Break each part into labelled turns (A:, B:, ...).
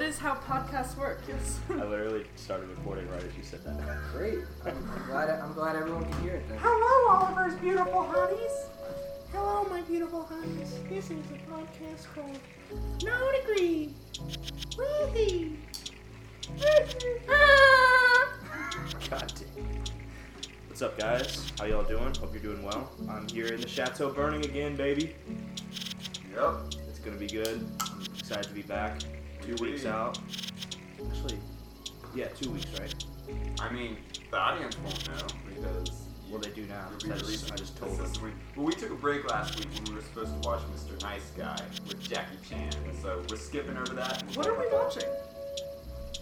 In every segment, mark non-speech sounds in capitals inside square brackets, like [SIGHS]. A: is how podcasts work. Yes.
B: I literally started recording right as you said that. [LAUGHS]
C: Great. I'm glad, I'm glad everyone can hear it then.
A: Hello, Oliver's beautiful hotties. Hello, my beautiful hotties. This is a podcast called No Degree. Wee-hee. Ah!
B: God damn. What's up, guys? How y'all doing? Hope you're doing well. I'm here in the Chateau Burning again, baby.
D: Yep.
B: It's gonna be good. I'm excited to be back. Two
D: Indeed.
B: weeks out. Actually, yeah, two weeks, right?
D: I mean, the audience won't know because
B: Well, they do now.
D: you'll be
B: I just,
D: releasing
B: I just
D: this
B: told them.
D: this week. But we took a break last week when we were supposed to watch Mr. Nice Guy with Jackie Chan, so we're skipping over that.
A: What are we watching?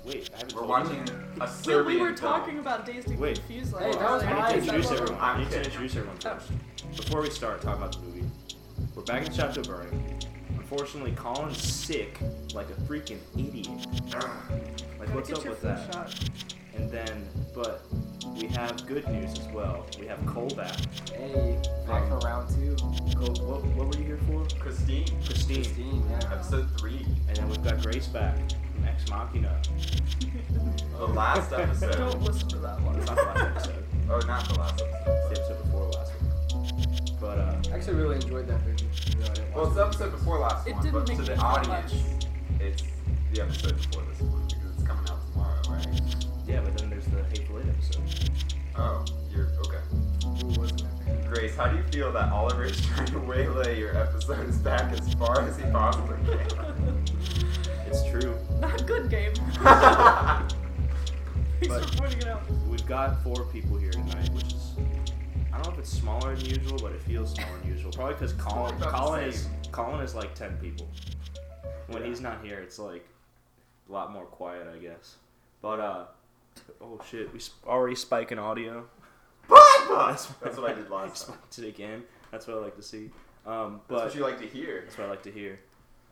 B: Wait, I haven't
D: We're
B: told
D: watching
B: you.
D: a
A: We,
D: Serbian
A: we were
D: film.
A: talking about Days to
B: Wait.
A: Confuse like
C: Hey, that was
B: I need to
C: Nice.
B: introduce everyone. I need to
D: Okay.
B: introduce everyone
A: Oh.
B: first. Before we start talking about the movie, we're back in Chateau Burning. Unfortunately, Colin's sick like a freaking idiot. Like,
A: Gotta
B: what's
A: get
B: up
A: your
B: with
A: flu
B: that?
A: shot.
B: And then, but we have good news as well. We have Cole back.
C: Hey, back for round two.
B: Cole, what, what were you here for?
D: Christine,
B: Christine.
C: Christine, yeah.
D: episode three,
B: And then we've got Grace back from Ex Machina. [LAUGHS]
D: the last
A: Don't
D: episode.
A: listen to that one. [LAUGHS]
B: It's not the last episode.
D: oh, not the last
B: It's
D: episode.
B: the episode before last one. But, uh,
C: I actually really enjoyed that movie. even though I didn't
D: Well,
C: watch
D: it's the episode before last
A: It
D: one,
A: didn't
D: but
A: make
D: to
A: me
D: the
A: feel
D: audience,
A: much.
D: it's the episode before this one because it's coming out tomorrow, right?
B: yeah, but then there's the Hateful Eight episode.
D: Oh, you're okay.
C: it. Who wasn't in there?
D: Grace, how do you feel that Oliver is trying to waylay your episodes back as far as he possibly
A: [LAUGHS]
D: can?
B: It's true.
A: Not good game. [LAUGHS] Thanks
B: But-
A: for pointing it out.
B: We've got four people here tonight, which is I don't know if it's smaller than usual, but it feels smaller than usual. Probably because Colin
D: about the
B: Colin
D: same.
B: is Colin is like ten people. When
D: Yeah.
B: he's not here, it's like a lot more quiet, I guess. But uh, oh shit, we sp- already spiking audio.
D: That's, that's what I did
B: [LAUGHS]
D: last time.
B: Spiked it again. That's what I like to see. Um,
D: That's
B: but
D: what you like to hear.
B: that's what I like to hear.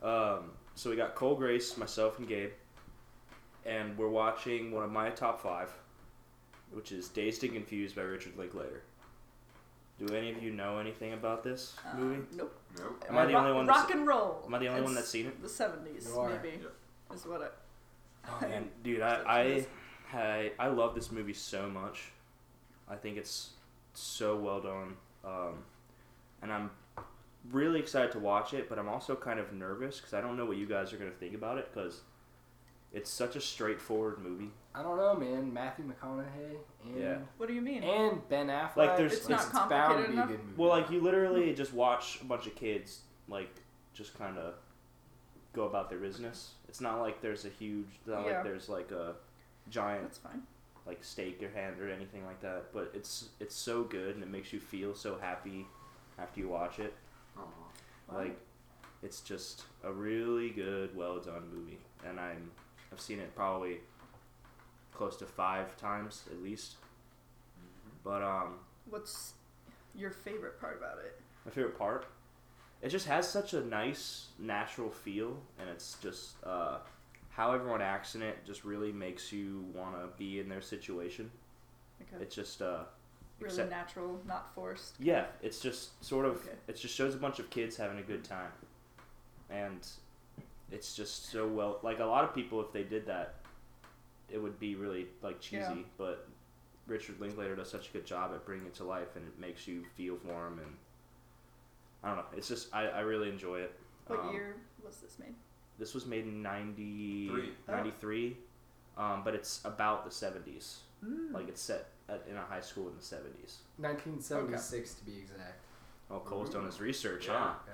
B: Um, so we got Cole Grace, myself, and Gabe, and we're watching one of my top five, which is Dazed and Confused by Richard Linklater. Do any of you know anything about this
A: Uh,
B: movie?
A: Nope.
D: Nope.
B: Am I the
A: Rock-
B: only one that's-
A: Rock and roll.
B: Am I the only one
A: It's-
B: that's seen it?
A: the 70s
C: You are.
A: maybe is what it
B: Oh man, dude, I I, I I love this movie so much. I think it's so well done, um, and I'm really excited to watch it. But I'm also kind of nervous because I don't know what you guys are gonna think about it because it's such a straightforward movie.
C: I don't know, man. Matthew McConaughey and
B: Yeah.
A: what do you mean
C: and Ben Affleck.
B: Like, there's-
A: It's not
C: bound to
A: complicated
C: be a
A: enough?
C: good movie.
B: Well, like you literally just watch a bunch of kids like just kind of go about their business. It's not like there's a huge, it's not
A: Yeah.
B: like there's like a giant
A: that's fine
B: like stake your hand or anything like that. But it's it's so good and it makes you feel so happy after you watch it.
D: Aw.
A: Wow.
B: Like it's just a really good, well done movie. And I'm I've seen it probably close to five times at least. But um
A: what's your favorite part about it
B: my favorite part. It just has such a nice natural feel, and it's just uh, how everyone acts in it just really makes you want to be in their situation.
A: like a
B: It's just uh,
A: really
B: accept-
A: natural not forced
B: Yeah, it's just sort of
A: Okay.
B: it just shows a bunch of kids having a good time. And it's just so well like a lot of people if they did that it would be really like cheesy,
A: Yeah.
B: but Richard Linklater does such a good job at bringing it to life and it makes you feel for him and I don't know, it's just I, I really enjoy it.
A: what
B: Um,
A: year was this made
B: This was made in 90,
D: Three. Oh.
B: 93, um, but it's about the 70s.
A: mm.
B: Like it's set at, in a high school in the 70s.
C: 1976 to be exact.
B: Oh, Cole's done his research,
D: Yeah.
B: huh?
C: Yeah.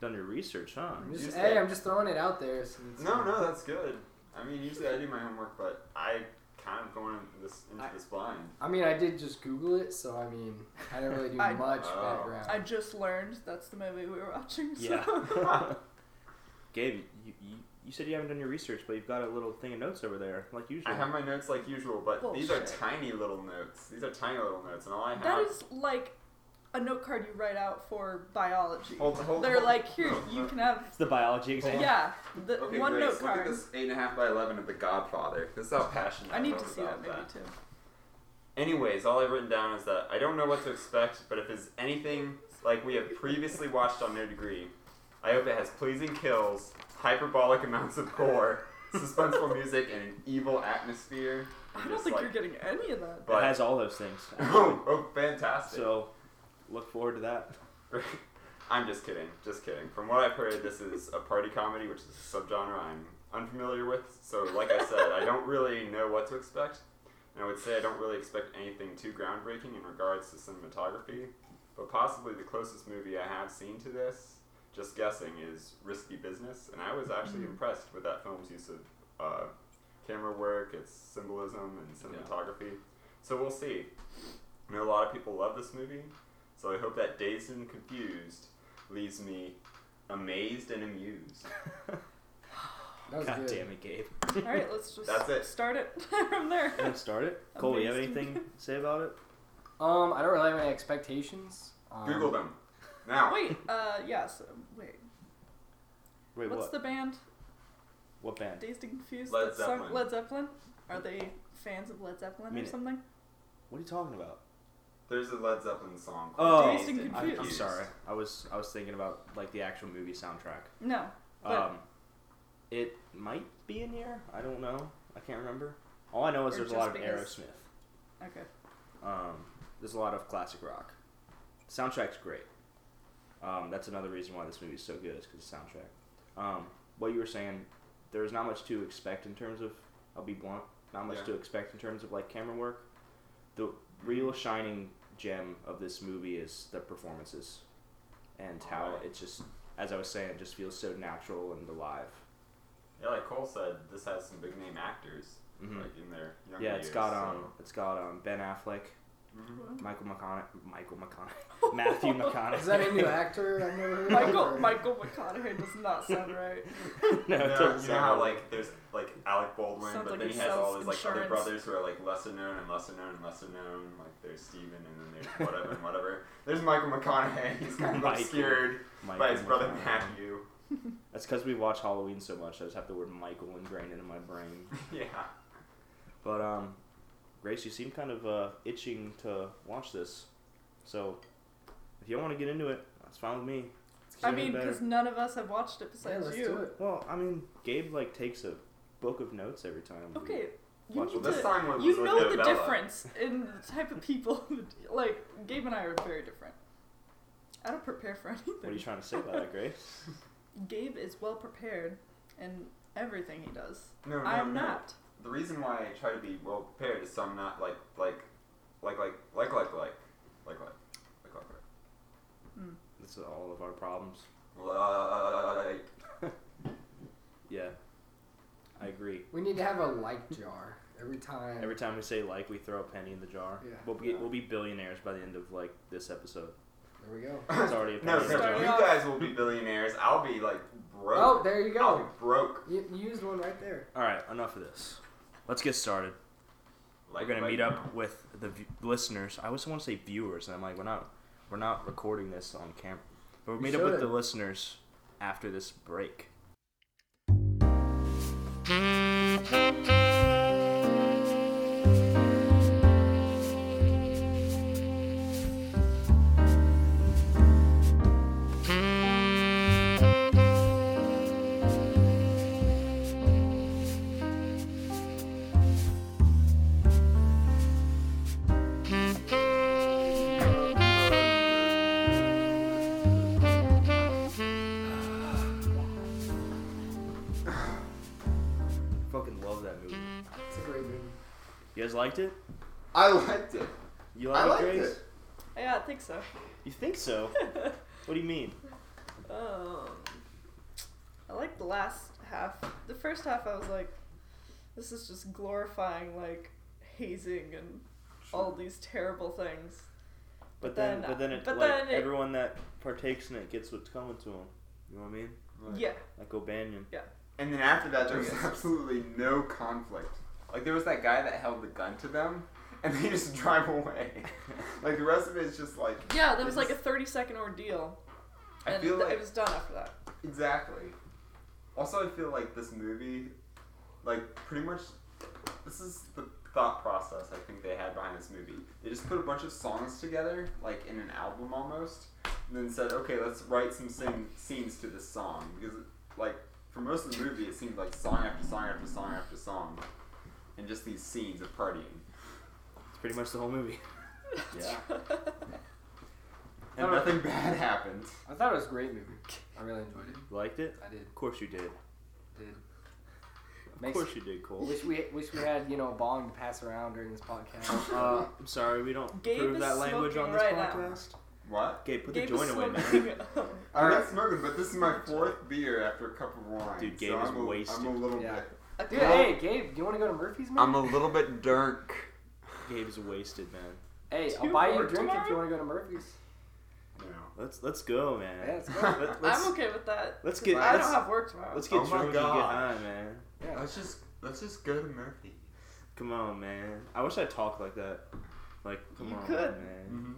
B: Done your research, huh?
C: I'm
D: You
C: just,
D: said-
C: hey, I'm just throwing it out there. So it's-
D: No, no, that's good. I mean, usually I do my homework, but I kind of go in this, into
C: I-
D: this blind.
C: I mean, I did just Google it, so I mean, I didn't really do
A: [LAUGHS] I-
C: much
D: Oh.
C: background.
A: I just learned that's the movie we were watching so
E: [LAUGHS]
B: Yeah. [LAUGHS] Gabe, you, you, you said you haven't done your research, but you've got a little thing of notes over there, like usual.
D: I have my notes like usual, but these are
A: Bullshit.
D: tiny little notes. These are tiny little notes, and all I have.
A: that is like a note card you write out for biology
D: Hold- Oh, hold-
A: they're
D: hold-
A: like here
D: hold-
A: you
D: hold.
A: can have
B: It's the biology exam.
A: yeah the
D: Okay,
A: one
D: Grace,
A: note
D: look
A: card
D: at this eight and a half by eleven of The Godfather. This is how passionate
A: I need
D: was
A: to see that
D: about
A: maybe too
D: Anyways, all I've written down is that I don't know what to expect, but if it's anything like we have previously watched on No Degree, I hope it has pleasing kills, hyperbolic amounts of gore, suspenseful music and an evil atmosphere. and
E: I don't
D: just,
E: think
D: like-
E: you're
D: [LAUGHS]
E: getting any of that.
B: It
D: But,
B: has all those
C: [LAUGHS]
B: things.
D: oh, oh,
B: [LAUGHS]
D: fantastic.
B: so look forward to that.
D: [LAUGHS] I'm just kidding. Just kidding. From what I've heard, this is a party comedy, which is a subgenre I'm unfamiliar with. So, like I said, I don't really know what to expect. And I would say I don't really expect anything too groundbreaking in regards to cinematography. But possibly the closest movie I have seen to this, just guessing, is Risky Business. And I was actually impressed with that film's use of uh, camera work, its symbolism, and cinematography. So, we'll see. I know a lot of people love this movie. So I hope that dazed and confused leaves me amazed and amused.
C: That was
B: God
C: good.
B: damn it, Gabe.
E: All right, let's just
D: That's it.
E: start it [LAUGHS] from there.
B: [LAUGHS]
D: [LAUGHS]
B: You wanna start it? Cole, you have
E: Amazed.
B: anything to say about it?
C: Um, I don't really have any expectations. Um,
D: Google them now.
E: Wait, uh, yes. Wait,
B: Wait,
E: what's
B: what?
E: the band?
B: what band?
E: Dazed and Confused?
D: Led
E: that sung-
D: Zeppelin.
E: Led Zeppelin? Are they fans of Led Zeppelin or
B: Minute.
E: something?
B: What are you talking about?
D: There's a Led Zeppelin song.
B: Oh.
D: Dazed and
E: Dazed
B: I,
E: and
B: I'm
E: Confused.
B: sorry. I was I was thinking about like the actual movie soundtrack.
E: No. But-
B: Um, it might be in here. I don't know. I can't remember. All I know is
E: Or
B: there's a lot of
E: just because-
B: Aerosmith.
E: Okay.
B: Um, there's a lot of classic rock. soundtrack's great. Um, that's another reason why this movie's so good is because the soundtrack. Um, what you were saying, there's not much to expect in terms of. I'll be blunt. Not much
D: Yeah.
B: to expect in terms of like camera work. The real shining gem of this movie is the performances, and how
D: Alright.
B: it just, as I was saying, it just feels so natural and alive.
D: Yeah, like Cole said, this has some big name actors
B: Mhm.
D: Mm-hmm. like in their young
B: Yeah,
D: years,
B: it's got um,
D: so-
B: it's got um, Ben Affleck,
D: Mhm.
B: Michael McConaughey, Michael
E: [LAUGHS]
B: McConaughey, [LAUGHS]
D: [LAUGHS]
B: Matthew McConaughey.
C: Is that a new actor? I've never
A: [LAUGHS]
C: heard of?
E: Michael
C: Or-
E: Michael McConaughey does not sound right.
B: [LAUGHS] no,
D: You
B: it
D: know,
B: doesn't
D: you know
B: sound
D: how
B: right.
D: like there's like Alec Baldwin,
E: Sounds
D: but
E: like
D: then
E: he
D: he has
E: sells
D: all his like other
E: insurance.
D: brothers who are like lesser known and lesser known and lesser known. Like there's Steven and then there's whatever and whatever. There's Michael McConaughey. [LAUGHS] He's kind of
B: Michael
D: obscured by his
B: Michael
D: brother
B: McConaughey.
D: Matthew. [LAUGHS]
B: That's because we watch Halloween so much. I just have the word Michael ingrained into my brain.
D: yeah.
B: But um, Grace, you seem kind of uh, itching to watch this, so if you want to get into it, that's fine with me.
E: I
B: Sooner the
E: mean,
B: better.
E: because none of us have watched it
C: Yeah,
E: besides
C: let's
E: you.
C: do it.
B: well, I mean, Gabe like takes a book of notes every time. we-
E: Okay, you need
B: Watch
D: Well,
B: it.
E: to.
D: this time was
E: you
D: like
E: know the
D: novella.
E: difference in the type of people. [LAUGHS] that- like Gabe and I are very different. I don't prepare for [LAUGHS] anything.
B: What are you trying to say by
E: [LAUGHS]
B: that, Grace?
E: Gabe is well prepared in everything he does.
D: No, no,
E: I am
D: no.
E: not.
D: The reason why I try to be well prepared is so I'm not like like like like like like like like like like like like
B: That's all of our problems.
D: like.
B: Yeah, I agree.
C: We need to have a like jar every time.
B: Every time we say like, we throw a penny in the jar.
C: Yeah.
B: We'll be
D: Yeah.
B: we'll be billionaires by the end of like this episode.
C: there we go.
B: It's already a penny
D: no, no,
B: in the
E: Start
B: jar.
D: you
E: off-
D: guys will be billionaires. I'll be like broke.
C: Oh, there you
D: I'll be
C: go.
D: broke.
C: You, you used one right there.
B: All right, enough of this. Let's get started.
D: Like,
B: we're gonna
D: like,
B: meet up with the v- listeners. I always want to say viewers, and I'm like, we're not, we're not recording this on camera, but we'll
C: You
B: meet up with
C: should.
B: the listeners after this break. Fucking love that movie.
C: It's a great movie.
B: You guys liked it?
D: I liked it.
B: You
D: I
B: liked,
D: liked
B: it, Grace?
D: it.
E: Yeah, I think so. [LAUGHS]
B: You think
D: [LAUGHS]
B: so? what do you mean?
E: Um, I like the last half. The first half, I was like, this is just glorifying like hazing and all these terrible things. But
B: But then,
E: then-
B: but then, it,
E: but
B: like,
E: then it-
B: everyone that partakes in it gets what's coming to them. You know what I mean?
E: Yeah,
B: Like O'Banion.
D: And then after that, there was
E: Yes.
D: absolutely no conflict. Like there was that guy that held the gun to them, and they just [LAUGHS] drive away.
E: [LAUGHS]
D: like the rest of it is just like
E: yeah. That
D: it
E: was like a
D: just-
E: thirty second ordeal,
D: I
E: and
D: feel
E: th-
D: like
E: it was done after that.
D: Exactly. Also, I feel like this movie, like, pretty much, this is the thought process I think they had behind this movie. They just put a bunch of songs together, like, in an album almost, and then said, okay, let's write some sing- scenes to this song. Because, like, for most of the movie, it seemed like song after song after song after song, and just these scenes of partying.
B: It's pretty much the whole movie. [LAUGHS]
D: Yeah.
C: I
D: And
C: don't-
D: nothing bad happened.
C: I thought it was a great [LAUGHS] movie. I really enjoyed it.
B: Liked it?
C: I did.
B: Of course you did.
C: Did.
B: Of
C: Makes-
B: course you did, Cole.
C: Wish we wish we had you know a bong to pass around during this podcast.
B: Uh, I'm sorry, we don't
E: Gabe
B: approve
E: is
B: that language on
E: smoking
B: this
E: right now.
B: podcast.
D: What?
B: Gabe, put
E: Gabe
B: the
E: is
B: joint away, [LAUGHS] man.
E: [LAUGHS] smoking-
D: I'm
C: Alright.
D: not smoking, but this is my fourth beer after a cup of wine.
B: Dude, Gabe
D: so
B: is
D: I'm a,
B: wasted.
D: I'm a little
C: Yeah.
D: bit.
C: Dude,
E: Okay.
C: hey Gabe, do you want to go to Murphy's? Man?
D: little bit dirk.
B: Gabe's wasted, man.
C: hey,
E: Do
C: I'll
E: you
C: buy you a
E: work
C: drink if you
E: tomorrow?
C: want to go to Murphy's.
D: No.
B: Let's let's go, man.
C: Yeah, let's go.
B: Let, us
E: I'm okay with that.
B: let's
E: 'cause
B: get-
E: I
B: let's-
E: don't have work tomorrow.
B: let's get
D: Oh my
B: drunk and get
D: gosh.
B: high, man.
C: Yeah.
D: Let's just let's just go to Murphy.
B: Come on, man. I wish I talked like that. Like, come
E: You
B: on,
E: could.
B: man.
D: Mm-hmm.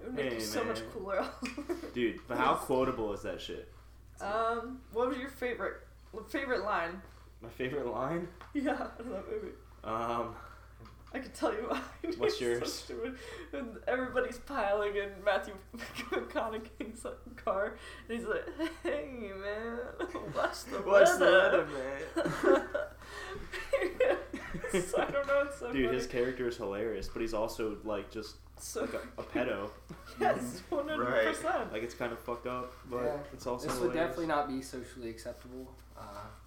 E: It would make
B: Hey,
E: you so much
B: man.
E: cooler. [LAUGHS]
B: Dude, but how quotable is that shit?
E: um, what was your favorite favorite line? [LAUGHS]
B: My favorite line?
E: Yeah, out of that movie.
B: Um,
E: I can tell you mine. [LAUGHS]
B: What's
E: It's
B: yours?
E: So stupid. And everybody's piling in Matthew [LAUGHS] McConaughey's like, car, and he's like, "Hey man, [LAUGHS] watch the
B: what's
E: weather."
B: man?
E: So I don't know. [LAUGHS] It's so
B: [LAUGHS] Dude,
E: funny.
B: his character is hilarious, but he's also like just
E: so [LAUGHS]
B: like a, a pedo.
E: yes,
B: Mm-hmm.
E: one hundred percent.
B: Like it's kind of fucked up, but
C: Yeah.
B: it's also
C: this would
B: hilarious.
C: definitely not be socially acceptable uh,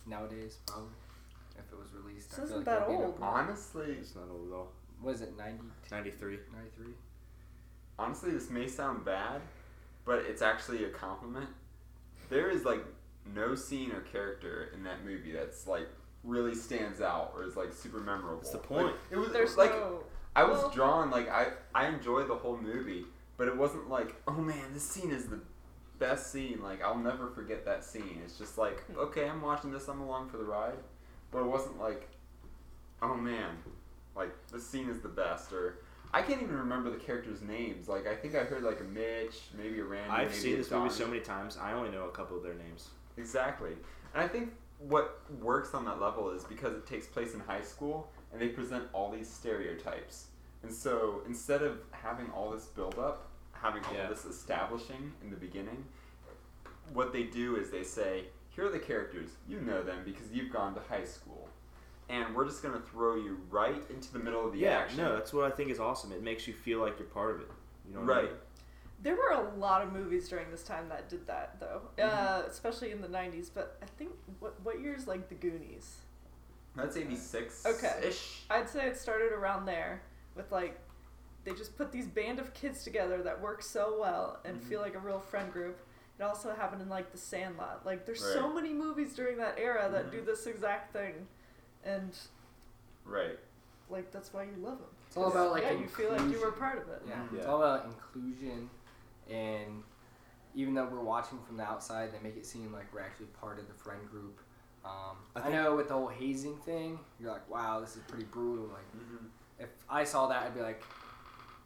C: nowadays, probably. If it was released,
E: This
C: I feel
E: isn't
C: like
E: that
C: it'd be an
E: old.
C: appro-
D: Honestly,
B: It's not old at all.
C: Was it 90,
B: Ninety-three.
C: 93?
D: honestly, this may sound bad, but it's actually a compliment. There is like no scene or character in that movie that's like really stands out or is like super memorable.
B: That's the
D: Like,
B: point.
D: it was
E: There's
D: like
E: no.
D: I was
E: Well-
D: drawn like I I enjoyed the whole movie, but it wasn't like oh man this scene is the best scene like I'll never forget that scene. It's just like okay I'm watching this I'm along for the ride, but it wasn't like oh man like this scene is the best or I can't even remember the characters' names. Like I think I heard like a Mitch maybe a Randy.
B: I've
D: maybe
B: seen
D: a
B: this movie
D: Donnie.
B: so many times. I only know a couple of their names.
D: Exactly. And I think what works on that level is because it takes place in high school and they present all these stereotypes. And so instead of having all this build up, having all
B: Yeah.
D: this establishing in the beginning, what they do is they say, here are the characters. You know them because you've gone to high school. And we're just going to throw you right into the middle of the
B: yeah,
D: action.
B: no, that's what I think is awesome. It makes you feel like you're part of it. You know what I
D: right.
B: mean?
E: There were a lot of movies during this time that did that, though,
D: Mm-hmm.
E: uh, especially in the '90s. But I think what what year is like The Goonies?
D: That's 86
E: Okay.
D: ish.
E: I'd say it started around there with like they just put these band of kids together that work so well and
D: Mm-hmm.
E: feel like a real friend group. It also happened in like The Sandlot. Like there's so
D: Right.
E: many movies during that era that
D: Mhm.
E: do this exact thing, and
D: Right.
E: like that's why you love them.
C: It's all about like
E: yeah, you feel like you were
C: inclusion.
E: part of it.
C: Yeah. It's
B: Yeah.
C: all about inclusion and even though we're watching from the outside, they make it seem like we're actually part of the friend group. Um,
B: I
C: I,
B: think-
C: know with the whole hazing thing, you're like, wow, this is pretty brutal. Like,
D: hmm
B: Mm-hmm.
C: if I saw that, I'd be like,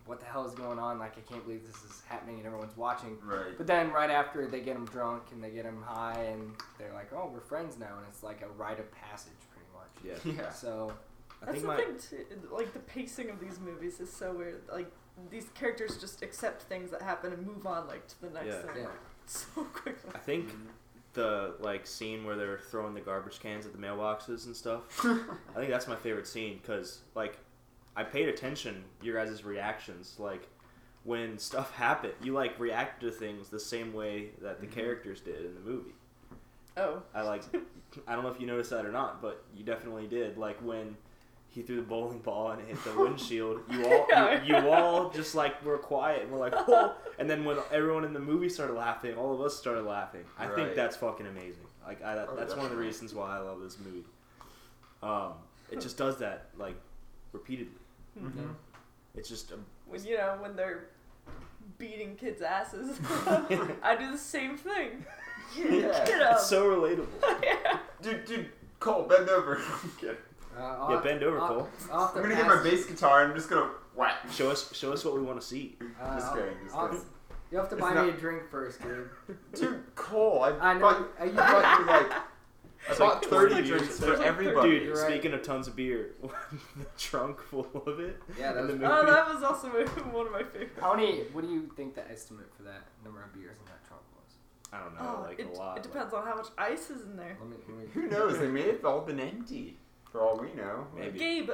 C: what the hell is going on? Like, I can't believe this is happening and everyone's watching.
D: Right.
C: But then right after, they get them drunk and they get them high and they're like, oh, we're friends now. And it's like a rite of passage, pretty much.
B: Yeah.
D: Yeah. [LAUGHS]
C: So,
B: I
E: That's
B: think
E: the
B: my
E: thing too. Like the pacing of these movies is so weird. Like these characters just accept things that happen and move on like to the next
B: Yeah.
E: thing
C: yeah.
E: [LAUGHS] so quickly.
B: I think the like scene where they're throwing the garbage cans at the mailboxes and stuff.
D: [LAUGHS]
B: I think that's my favorite scene because like I paid attention to your guys' reactions like when stuff [LAUGHS] happened you like reacted to things the same way that the
D: Mhm.
B: characters did in the movie
E: Oh,
B: I like I don't know if you noticed that or not but you definitely did like when he threw the bowling ball and it hit the windshield
E: [LAUGHS]
B: you all
E: Yeah.
B: you, you all just like were quiet and were like whoa and then when everyone in the movie started laughing all of us started laughing I think
D: Right.
B: that's fucking amazing like I, that's
D: Oh,
B: one of the
D: definitely.
B: reasons why I love this movie um it just does that like repeatedly
E: Mm-hmm.
D: Mhm.
B: it's just um,
E: [LAUGHS] when you know when they're beating kids' asses. [LAUGHS] I do the same thing.
B: [LAUGHS]
D: Yeah.
E: [LAUGHS] Get up.
B: it's so relatable.
E: [LAUGHS] yeah.
D: Dude, dude, Cole, bend over. [LAUGHS] I'm kidding.
C: Uh, off,
B: Yeah, bend over,
C: off-
B: Cole.
C: Off the
D: I'm gonna get my
C: passage-
D: bass guitar and I'm just gonna whack.
B: Show us, show us what we want to see.
C: Uh,
D: Just
C: I'll-
D: kidding, just
C: I'll-
D: kidding.
C: You have to
D: It's
C: buy me
D: not-
C: a drink first,
D: [LAUGHS]
C: dude.
D: Dude, Cole, I,
C: I know,
D: bought,
C: are
D: I
C: you- [LAUGHS]
D: bought you like I
B: It's
D: bought
B: like
D: 30
B: 20
D: drinks
B: beers.
D: for
E: It's like
D: everybody.
E: 30.
B: Dude,
C: You're right.
B: speaking of tons of beer, [LAUGHS] the trunk full of it.
C: Yeah, that
B: in the
C: was-
B: movie.
E: Oh, that was also [LAUGHS] one of my favorites.
C: How many? What do you think the estimate for that number of beers in that trunk was?
B: I don't know,
E: Oh,
B: like Oh,
E: it,
B: a lot.
E: it depends on how much ice is in there.
C: Let me, let me,
D: Who knows?
C: [LAUGHS]
D: They may have all been empty. For all we know.
B: Maybe.
E: Gabe.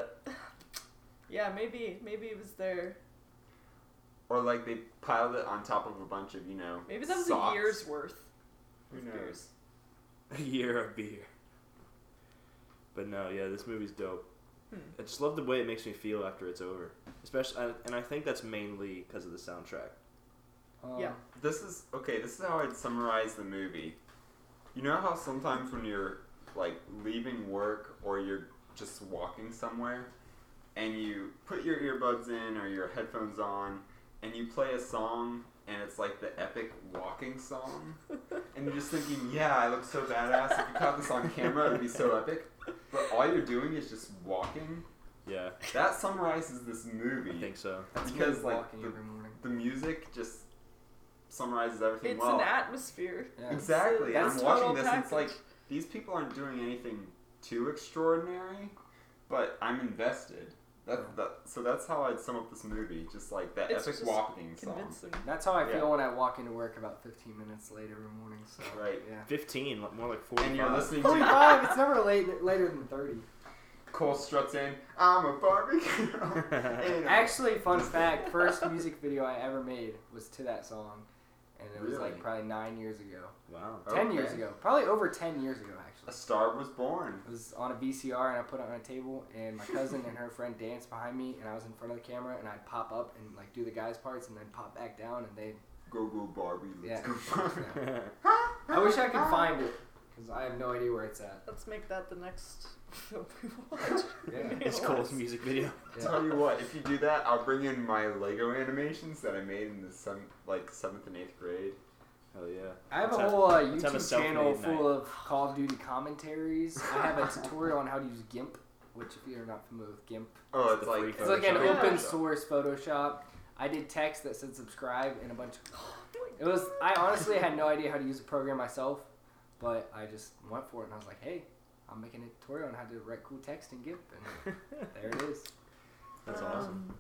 E: Yeah, maybe maybe it was there.
D: Or like they piled it on top of a bunch of, you know.
E: Maybe that was
D: socks.
E: a year's worth.
D: Who
E: of
D: knows?
E: beers.
B: Like, a year of beer. But no, yeah, this movie's dope.
E: Hmm.
B: I just love the way it makes me feel after it's over, especially, I- and I think that's mainly because of the soundtrack.
C: um,
E: Yeah.
D: This is okay, this is how I'd summarize the movie. You know how sometimes when you're like leaving work or you're just walking somewhere and you put your earbuds in or your headphones on and you play a song and it's like the epic walking song
B: [LAUGHS]
E: [LAUGHS]
D: and you're just thinking, yeah, I look so badass. If you caught this on camera, it would be so epic. But all you're doing is just walking.
B: Yeah,
D: That summarizes this
B: I
D: movie
B: think so.
C: That's
D: Because,
C: me
D: like,
C: walking
D: the-
C: every morning.
D: the music just summarizes everything
E: It's
D: well.
E: an atmosphere.
C: Yeah.
D: Exactly.
E: That's
D: I'm watching
E: total
D: this and it's
E: package.
D: like these people aren't doing anything too extraordinary, but I'm invested. That, that, so that's how I'd sum up this movie, just like that
E: It's
D: epic
E: just
D: walking song.
E: Convincing.
C: That's how I feel
D: Yeah.
C: when I walk into work about 15 minutes late every morning. So
D: Right.
C: Yeah.
B: Fifteen, like, more like
D: And you're
B: forty-five.
D: listening to
C: 45. it's never late, later than 30.
D: Cole struts in, I'm a Barbie girl. And-
C: Actually,
D: [LAUGHS]
C: fun fact: first music video I ever made was to that song, and it was like
D: Really?
C: probably nine years ago,
B: Wow.
C: [LAUGHS] ten years
D: Okay.
C: ago, probably over ten years ago
D: A
C: actually.
D: star was born.
C: It was on a VCR and I put it on a table, and my cousin and her friend danced behind me, and I was in front of the camera, and I'd pop up and like do the guys' parts, and then pop back down, and they.
D: Go go Barbie,
C: Yeah.
D: let's go Barbie.
C: I wish I could find it because I have no idea where it's at.
E: Let's make that the next film we
B: [LAUGHS]
E: watch. [LAUGHS]
C: Yeah.
B: it's Cole's music video.
C: Yeah.
D: Tell you what, if you do that, I'll bring in my Lego animations that I made in the sem- like seventh and eighth grade.
B: Hell yeah.
C: I have a
B: Let's have-
C: whole uh,
B: let's have a
C: YouTube channel
B: self-made
C: full of Call of Duty commentaries. I have a tutorial on how to use GIMP, which if you're not familiar with GIMP,
D: Oh,
B: It's
D: it's
B: the
D: like
B: free
C: It's like an
E: Photoshop.
C: open
E: Yeah.
C: source Photoshop. I did text that said subscribe and a bunch of.
E: Oh
C: It was. I honestly had no idea how to use the program myself, but I just went for it and I was like, hey, I'm making a tutorial on how to write cool text in GIMP, and there it is.
B: [LAUGHS] That's
E: Um,
B: awesome.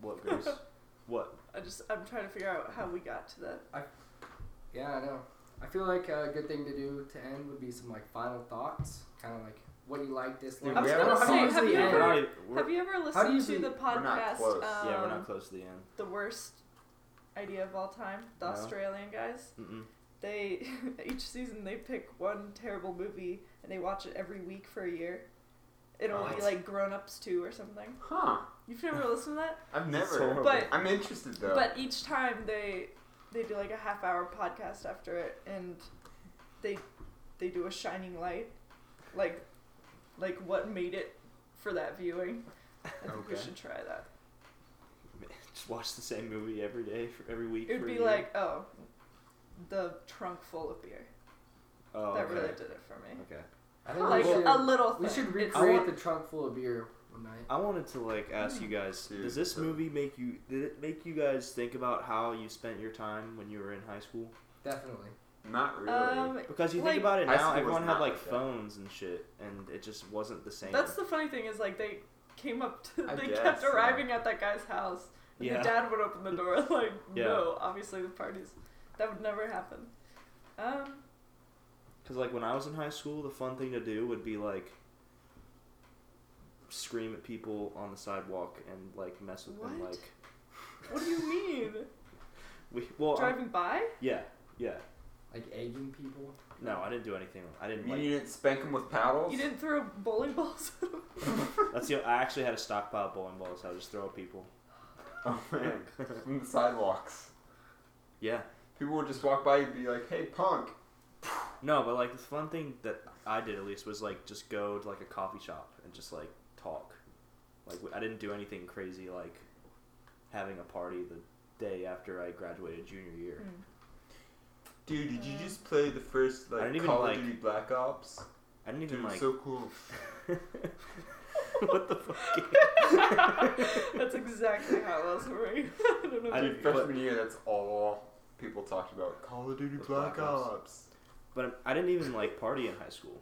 B: What, Grace? what?
E: I just I'm trying to figure out how we got to that.
C: Yeah, I know. I feel like a good thing to do to end would be some like final thoughts, kind of like what you like, dislike.
D: Dude, we
C: I don't
D: haven't
C: know how to
D: seen-
E: have
C: usually
E: you
C: end.
E: ever-
B: We're- we're-
E: Have you ever
C: How
E: listened
C: do you
E: to the
C: be-
E: podcast?
D: We're not close.
E: Um,
B: yeah, we're not close to the end.
E: The worst idea of all time. The
B: No.
E: Australian guys.
B: Mm-mm.
E: They [LAUGHS] each season they pick one terrible movie and they watch it every week for a year. It'll
D: What?
E: be like Grown Ups Two or something.
D: Huh.
E: You've
B: [LAUGHS]
E: never listened to that?
D: I've
B: It's
D: never.
B: horrible.
E: But-
D: I'm interested though.
E: But each time they they do like a half hour podcast after it, and they they do a shining light, like like what made it for that viewing. I think we
D: Okay.
E: should try that.
B: Just watch the same movie every day for every week.
E: It
B: for
E: would
B: a
E: be
B: year.
E: like oh, the trunk full of beer.
B: oh,
E: that
B: okay.
E: really did it for me.
B: Okay.
C: I think
E: Like
C: we should,
E: a little. Thing.
C: we should
E: It's-
C: recreate the trunk full of beer one night.
B: I wanted to like ask
E: Hmm.
B: you guys:
D: Dude,
B: Does this
D: so-
B: movie make you? Did it make you guys think about how you spent your time when you were in high school?
C: Definitely.
D: Not really.
E: Um,
B: Because you
E: Like-
B: think about it
D: High
B: now,
D: school was
B: everyone had
D: not
B: like
D: like that.
B: phones and shit, and it just wasn't the same.
E: That's the funny thing is like they came up to
D: I
E: they
D: guess,
E: kept
D: yeah.
E: arriving at that guy's house. And
B: Yeah.
E: Your dad would open the door [LAUGHS] like
B: Yeah.
E: no, obviously the parties that would never happen. Um
B: Because like when I was in high school, the fun thing to do would be like scream at people on the sidewalk and like mess with them.
E: What?
B: Like
E: what do you mean?
B: we well, I'm-
E: Driving by?
B: yeah, yeah.
C: Like egging people.
B: No, I didn't do anything. I didn't
D: you
B: like.
D: didn't spank him with paddles.
E: You didn't throw bowling balls at him?
B: That's the. I actually had a stockpile of bowling balls. I would just throw at
D: [LAUGHS]
B: people.
D: Oh man, from the sidewalks.
B: Yeah.
D: People would just walk by and be like, "Hey, punk."
B: No, but like the fun thing that I did at least was like just go to like a coffee shop and just like talk. Like I didn't do anything crazy like having a party the day after I graduated junior year.
D: Dude, did you just play the first
B: I
D: like
B: didn't even
D: Call
B: like-
D: of Duty Black Ops?
B: I didn't even
D: Dude,
B: like
D: so cool.
B: [LAUGHS] what the fuck. Gabe?
D: [LAUGHS]
E: [LAUGHS] That's exactly how it was for me. [LAUGHS] I don't know.
B: I
E: if
B: did-
E: you-
D: Freshman year, that's all people talked about. Call of Duty
B: With
D: Black,
B: Black
D: Ops.
B: Ops. But I didn't even like party in high school.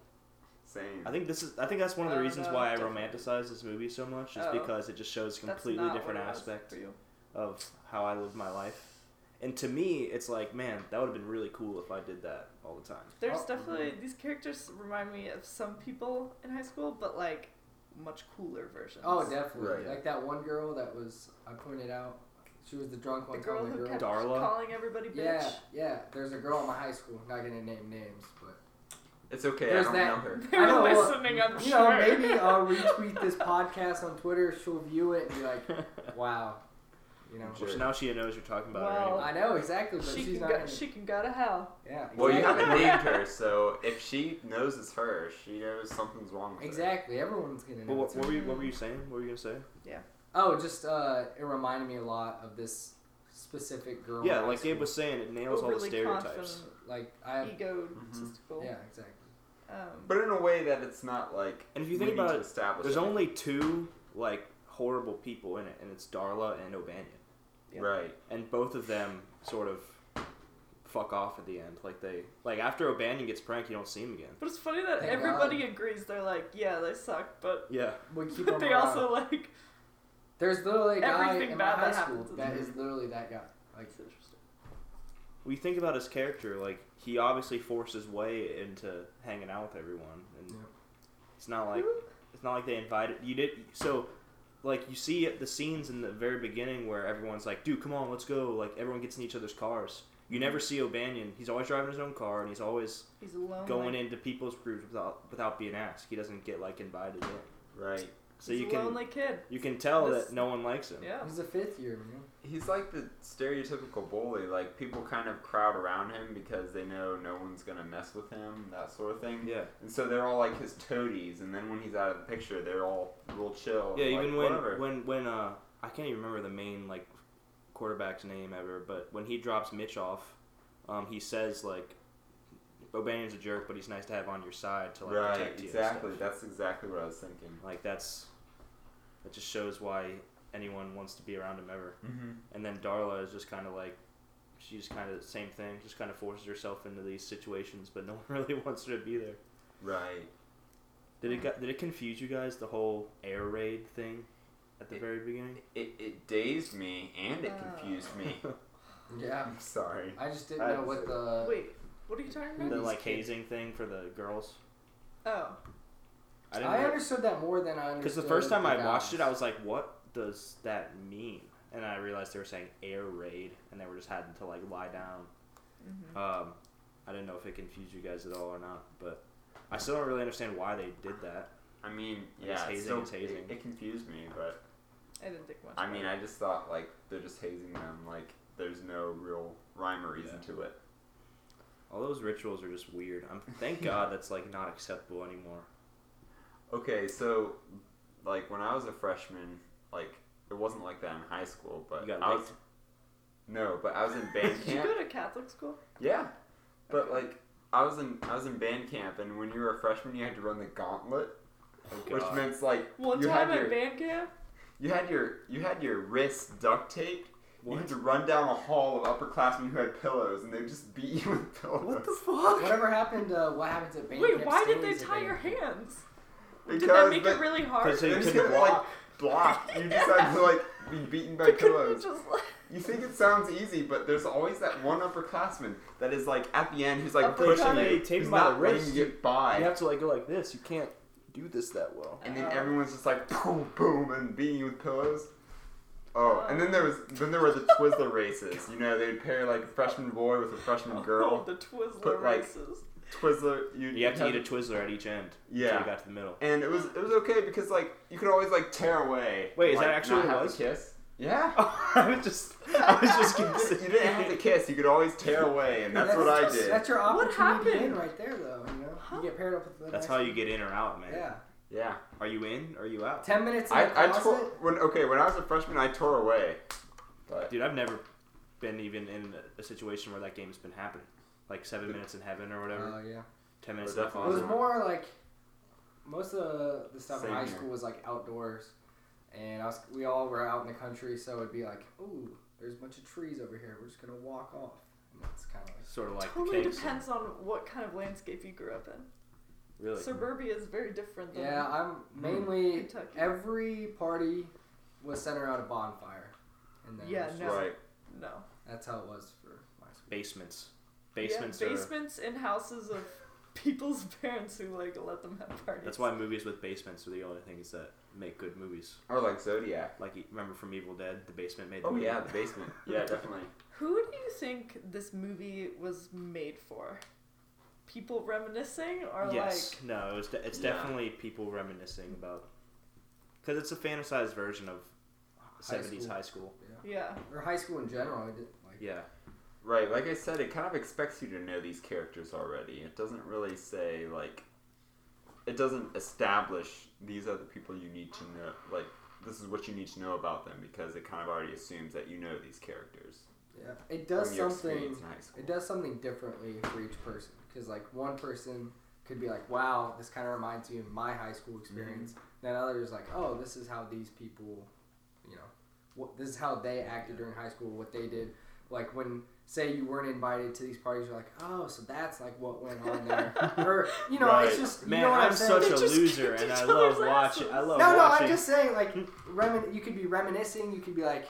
D: Same.
B: I think this is. I think that's one of the
E: Oh,
B: reasons
E: no,
B: why I
E: definitely.
B: romanticize this movie so much is
E: Oh.
B: because it just shows a
E: that's
B: completely
E: not
B: different
E: what it was
B: aspect
E: for you.
B: of how I lived my life. And to me, it's like, man, that would have been really cool if I did that all the
E: [LAUGHS]
B: time.
E: There's
C: Oh,
E: definitely these characters remind me of some people in high school, but like much cooler versions.
C: Oh, definitely.
B: Right.
C: Like that one girl that was I pointed out. She was the drunk
E: the
C: one.
E: girl
C: calling the
E: who
C: girl.
E: kept
B: Darla?
E: calling everybody bitch.
C: yeah, yeah. There's a girl in my high school. Not gonna name names, [LAUGHS] but
D: It's okay.
C: There's
D: I don't
C: that-
E: [LAUGHS]
D: know her.
E: They were
C: I know, well,
E: listening, I'm
C: you
E: sure.
C: know,
E: [LAUGHS]
C: maybe I'll retweet this podcast on Twitter. She'll view it and be like, "Wow," you know.
D: Sure.
B: Which now she knows you're talking about her
E: Well,
B: anyway.
C: I know exactly, but
E: [LAUGHS] she
C: she's
E: can
C: not.
E: go.
C: gonna-
E: She can go to hell.
C: yeah.
D: Well, you
C: exactly.
D: haven't named her, so if she knows it's her, she knows something's wrong with her.
C: Exactly. Everyone's gonna.
B: But
C: Know
B: what,
C: it's
B: what
C: her.
B: were you what were you saying? What were you gonna say?
C: Oh, just uh, it reminded me a lot of this specific girl. in
B: Yeah,
C: high
B: like Gabe
C: school.
B: was saying, it nails all the
E: Overly
B: stereotypes.
C: Like I.
E: confident, egotistical.
C: Mm-hmm. Yeah, exactly.
E: Um,
D: But in a way that it's not like.
B: And if you
D: we
B: think
D: need
B: about
D: to
B: it,
D: establish
B: There's
D: anything.
B: only two like horrible people in it, and it's Darla and O'Banion,
E: Yeah.
D: Right.
B: and both of them sort of fuck off at the end. Like they like after O'Banion gets pranked, you don't see him again.
E: but it's funny that
C: Thank
E: everybody agrees. They're like, yeah, they suck, but
B: Yeah,
E: [LAUGHS]
C: We keep
E: but
C: them
E: they
C: around.
E: also like.
B: [LAUGHS]
C: There's literally a guy
E: Everything
C: in my
E: bad
C: high
E: that
C: school
E: happens is
C: that
E: him.
C: is literally that guy. Like,
E: It's interesting.
B: we think about his character. Like he obviously forced his way into hanging out with everyone, and
C: Yeah.
B: it's not like it's not like they invited you did so like you see the scenes in the very beginning where everyone's like dude come on let's go like everyone gets in each other's cars you never see O'Banion. He's always driving his own car, and he's always
E: He's lonely.
B: going into people's groups without without being asked. He doesn't get like invited in,
D: Right.
B: so
E: He's
B: you
E: a
B: can
E: lonely kid.
B: you can tell
E: This-
B: that no one likes him.
E: Yeah.
C: he's a fifth year man.
D: He's like the stereotypical bully. Like people kind of crowd around him because they know no one's gonna mess with him, that sort of thing.
B: yeah,
D: And so they're all like his toadies, and then when he's out of the picture, they're all real chill.
B: yeah.
D: and, like,
B: Even when
D: whatever.
B: when when uh, I can't even remember the main like quarterback's name ever, but when he drops Mitch off, um, he says like, O'Banion's a jerk, but he's nice to have on your side to like
D: right,
B: protect you. and stuff."
D: exactly. That's exactly what I was thinking.
B: Like that's that just shows why anyone wants to be around him ever.
D: Mm-hmm.
B: And then Darla is just kind of like she's kind of the same thing, just kind of forces herself into these situations, but [LAUGHS] no one really wants her to be there.
D: Right.
B: Did it got, did it confuse you guys the whole air raid thing at the
D: It-
B: very beginning?
D: It, it dazed me and it
B: [LAUGHS]
D: confused [LAUGHS] me.
C: Yeah,
D: I'm sorry.
C: I just didn't
B: I
C: know what
B: didn't
C: the.
E: Wait, what are you talking
B: the
E: about?
C: these
B: like
C: kids-
B: hazing thing for the girls.
E: Oh,
B: I
C: I,
B: didn't know-
C: understood that more than I understood.
B: Because the first time I
C: guys.
B: watched it, I was like, "What does that mean?" And I realized they were saying air raid, and they were just having to like lie down. Um, I didn't know if it confused you guys at all or not, but I still don't really understand why they did that.
D: I mean,
B: It's
D: yeah,
B: hazing,
D: so,
B: it's hazing.
D: It, it confused me, but
E: I didn't think much.
D: I
E: about
D: mean,
E: it.
D: I just thought like they're just hazing them. Like there's no real rhyme or reason to it.
B: All those rituals are just weird. I'm [LAUGHS] thank God that's like not acceptable anymore.
D: Okay, so like when I was a freshman, like it wasn't like that in high school, but
B: You got
D: I was no, but I was in
B: [LAUGHS]
D: band
E: Did you
D: camp.
E: go to Catholic school?
D: Yeah, but
E: Okay.
D: like I was in I was in band camp, and when you were a freshman, you had to run the gauntlet, which
B: Oh, God.
D: meant like
E: One
D: you
E: time
D: had your
E: at band
C: [LAUGHS]
E: camp?
D: you had your you had your wrists duct taped. You
B: What?
D: had to run down a hall of upperclassmen who had pillows, and they just beat you with pillows.
B: fuck?
C: [LAUGHS] Whatever happened? to what happened to band
E: Wait,
C: camp
E: why did they
C: stays at
E: tie
C: band
E: your
C: camp.
E: hands?
D: Because
E: Did that make
D: they,
E: it really hard?
B: Because they
D: they're just
B: couldn't
D: gonna, like block. You just had to like be beaten by
E: Couldn't
D: pillows.
E: they just like
D: You think it sounds easy, but there's always that one upperclassman that is like at the end who's like
E: Uppercut.
D: pushing
B: They
D: you,
B: tape
D: who's
B: by the
D: not letting you
B: wrist.
D: get by.
B: You have to like go like this. You can't do this that well.
D: and then
E: Oh.
D: everyone's just like boom, boom, and beating you with pillows. Oh, and then there was then there were the
B: [LAUGHS]
D: Twizzler races. You know, they'd pair like a freshman boy with a freshman
E: oh,
D: girl.
E: the Twizzler
D: put, like,
E: races?
D: Twizzler, you,
B: You have to eat a Twizzler at each end. until
D: Yeah.
B: you got to the middle.
D: and it was it was okay because like you could always like tear away.
B: Wait, is
D: like,
B: that actually
D: not
B: what it
D: have to
B: was?
D: kiss? Yeah.
B: [LAUGHS] I was just, I was just
D: [LAUGHS] You didn't-
B: confused.
D: you didn't have to kiss. You could always
B: [LAUGHS]
D: tear away, and that's, what I
C: just-
D: did.
C: That's your opportunity to
E: happened?
C: win right there, though. You know,
E: Huh?
C: you get paired up with the.
B: That's
C: next
B: how you get in or out, man.
C: Yeah,
D: yeah.
B: Are you in? Are you out?
C: ten minutes in the
D: I, I
C: closet.
D: tore when okay when I was a freshman I tore away. But
B: Dude, I've never been even in a situation where that game's been happening. Like seven minutes in heaven or whatever.
C: Oh yeah.
B: Ten minutes
D: Or
B: in
C: It was
B: heaven.
D: Uh, definitely-
C: more like most of the stuff
D: Same
C: in high
D: here.
C: school was like outdoors, and I was, we all were out in the country, so it'd be like, "Ooh, there's a bunch of trees over here. We're just gonna walk off." And that's kind of
B: Sort of like
E: totally
B: the case.
E: depends on what kind of landscape you grew up in.
B: Really. Mm-hmm.
E: Suburbia is very different than
C: yeah. I'm mainly
E: Kentucky.
C: every party was centered around a bonfire, and then
E: Yeah,
C: it was
E: no.
C: just-
D: right,
E: No.
C: That's how it was for my school.
B: Basements. Basements
E: yeah,
B: are.
E: basements in houses of [LAUGHS] people's parents who like let them have parties.
B: That's why movies with basements are the only things that make good movies.
D: Or like Zodiac.
B: Like you- remember from Evil Dead, the basement made. The
D: Oh
B: movie.
D: yeah, the basement. [LAUGHS] Yeah,
B: [LAUGHS]
D: definitely.
E: Who do you think this movie was made for? People reminiscing or
B: yes.
E: like
B: No, it was de- it's
D: Yeah.
B: definitely people reminiscing about. Because it's a fantasized version of seventies high school.
C: Yeah.
E: yeah.
C: Or high school in general. I did like.
B: Yeah.
D: Right, like I said, it kind of expects you to know these characters already. It doesn't really say like it doesn't establish these are the people you need to know like this is what you need to know about them because it kind of already assumes that you know these characters.
C: Yeah. It does
D: from your
C: something.
D: experience in high school.
C: It does something differently for each person because like one person could be like, "Wow, this kind of reminds me of my high school
B: Mm-hmm.
C: experience." Then others like, "Oh, this is how these people, you know, what this is how they acted during high school, what they did." Like when say you weren't invited to these parties, you're like, "Oh, so that's like what went on
B: [LAUGHS]
C: there," or you know, it's
D: Right.
C: just you
B: Man,
C: know what
B: I'm,
C: I'm saying?
B: such
E: They
B: a
E: just
B: loser,
E: kicked
B: and
E: each
B: I love
E: other's
B: watching. I
E: asses.
B: love
C: no, no,
B: Oh, watching.
C: I'm just saying, like, remin- you could be reminiscing. You could be like,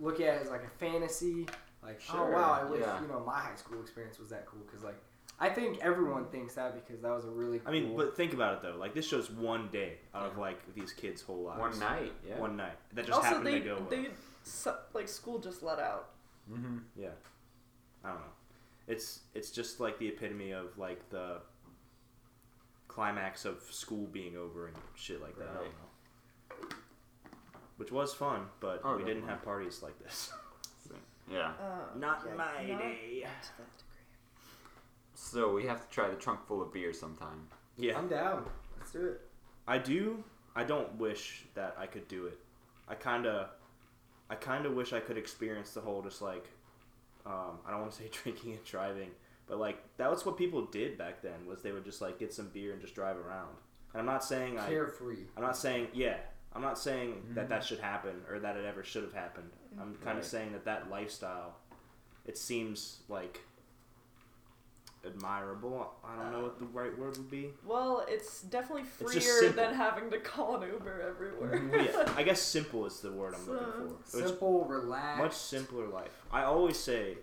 C: look at it as like a fantasy. Like, oh
D: Sure,
C: wow, I wish
D: yeah.
C: you know my high school experience was that cool. Because like, I think everyone thinks that because that was a really. Cool,
B: I mean, but think about it though. Like this shows one day out of like these kids' whole lives.
D: One night, yeah.
B: One night. That just
E: also
B: happened
E: they
B: to go. well.
E: they su- like school just let out.
D: Mm-hmm.
B: Yeah. I don't know. It's it's just like the epitome of like the climax of school being over and shit like that. I don't
D: Right.
B: know. Which was fun, but
D: Oh,
B: we didn't
D: definitely.
B: have parties like this. [LAUGHS]
D: Yeah.
E: Uh,
B: Not
E: yeah,
B: my
E: not
B: day.
E: To that degree.
D: So we have to try the trunk full of beer sometime.
B: Yeah.
C: I'm down. Let's do it.
B: I do I don't wish that I could do it. I kinda I kinda wish I could experience the whole just like um, I don't want to [LAUGHS] say drinking and driving, but like that was what people did back then was they would just like get some beer and just drive around. And I'm not saying I
C: Carefree.
B: I'm not saying yeah. I'm not saying that that should happen or that it ever should have happened. I'm kind
D: Right.
B: of saying that that lifestyle, it seems like admirable. I don't know what the right word would be.
E: Well, it's definitely
B: just
E: freer
B: simple.
E: than having to call an Uber everywhere.
B: But yeah, I guess simple is the word I'm looking for. It was
C: Simple, relaxed.
B: much simpler life. I always say,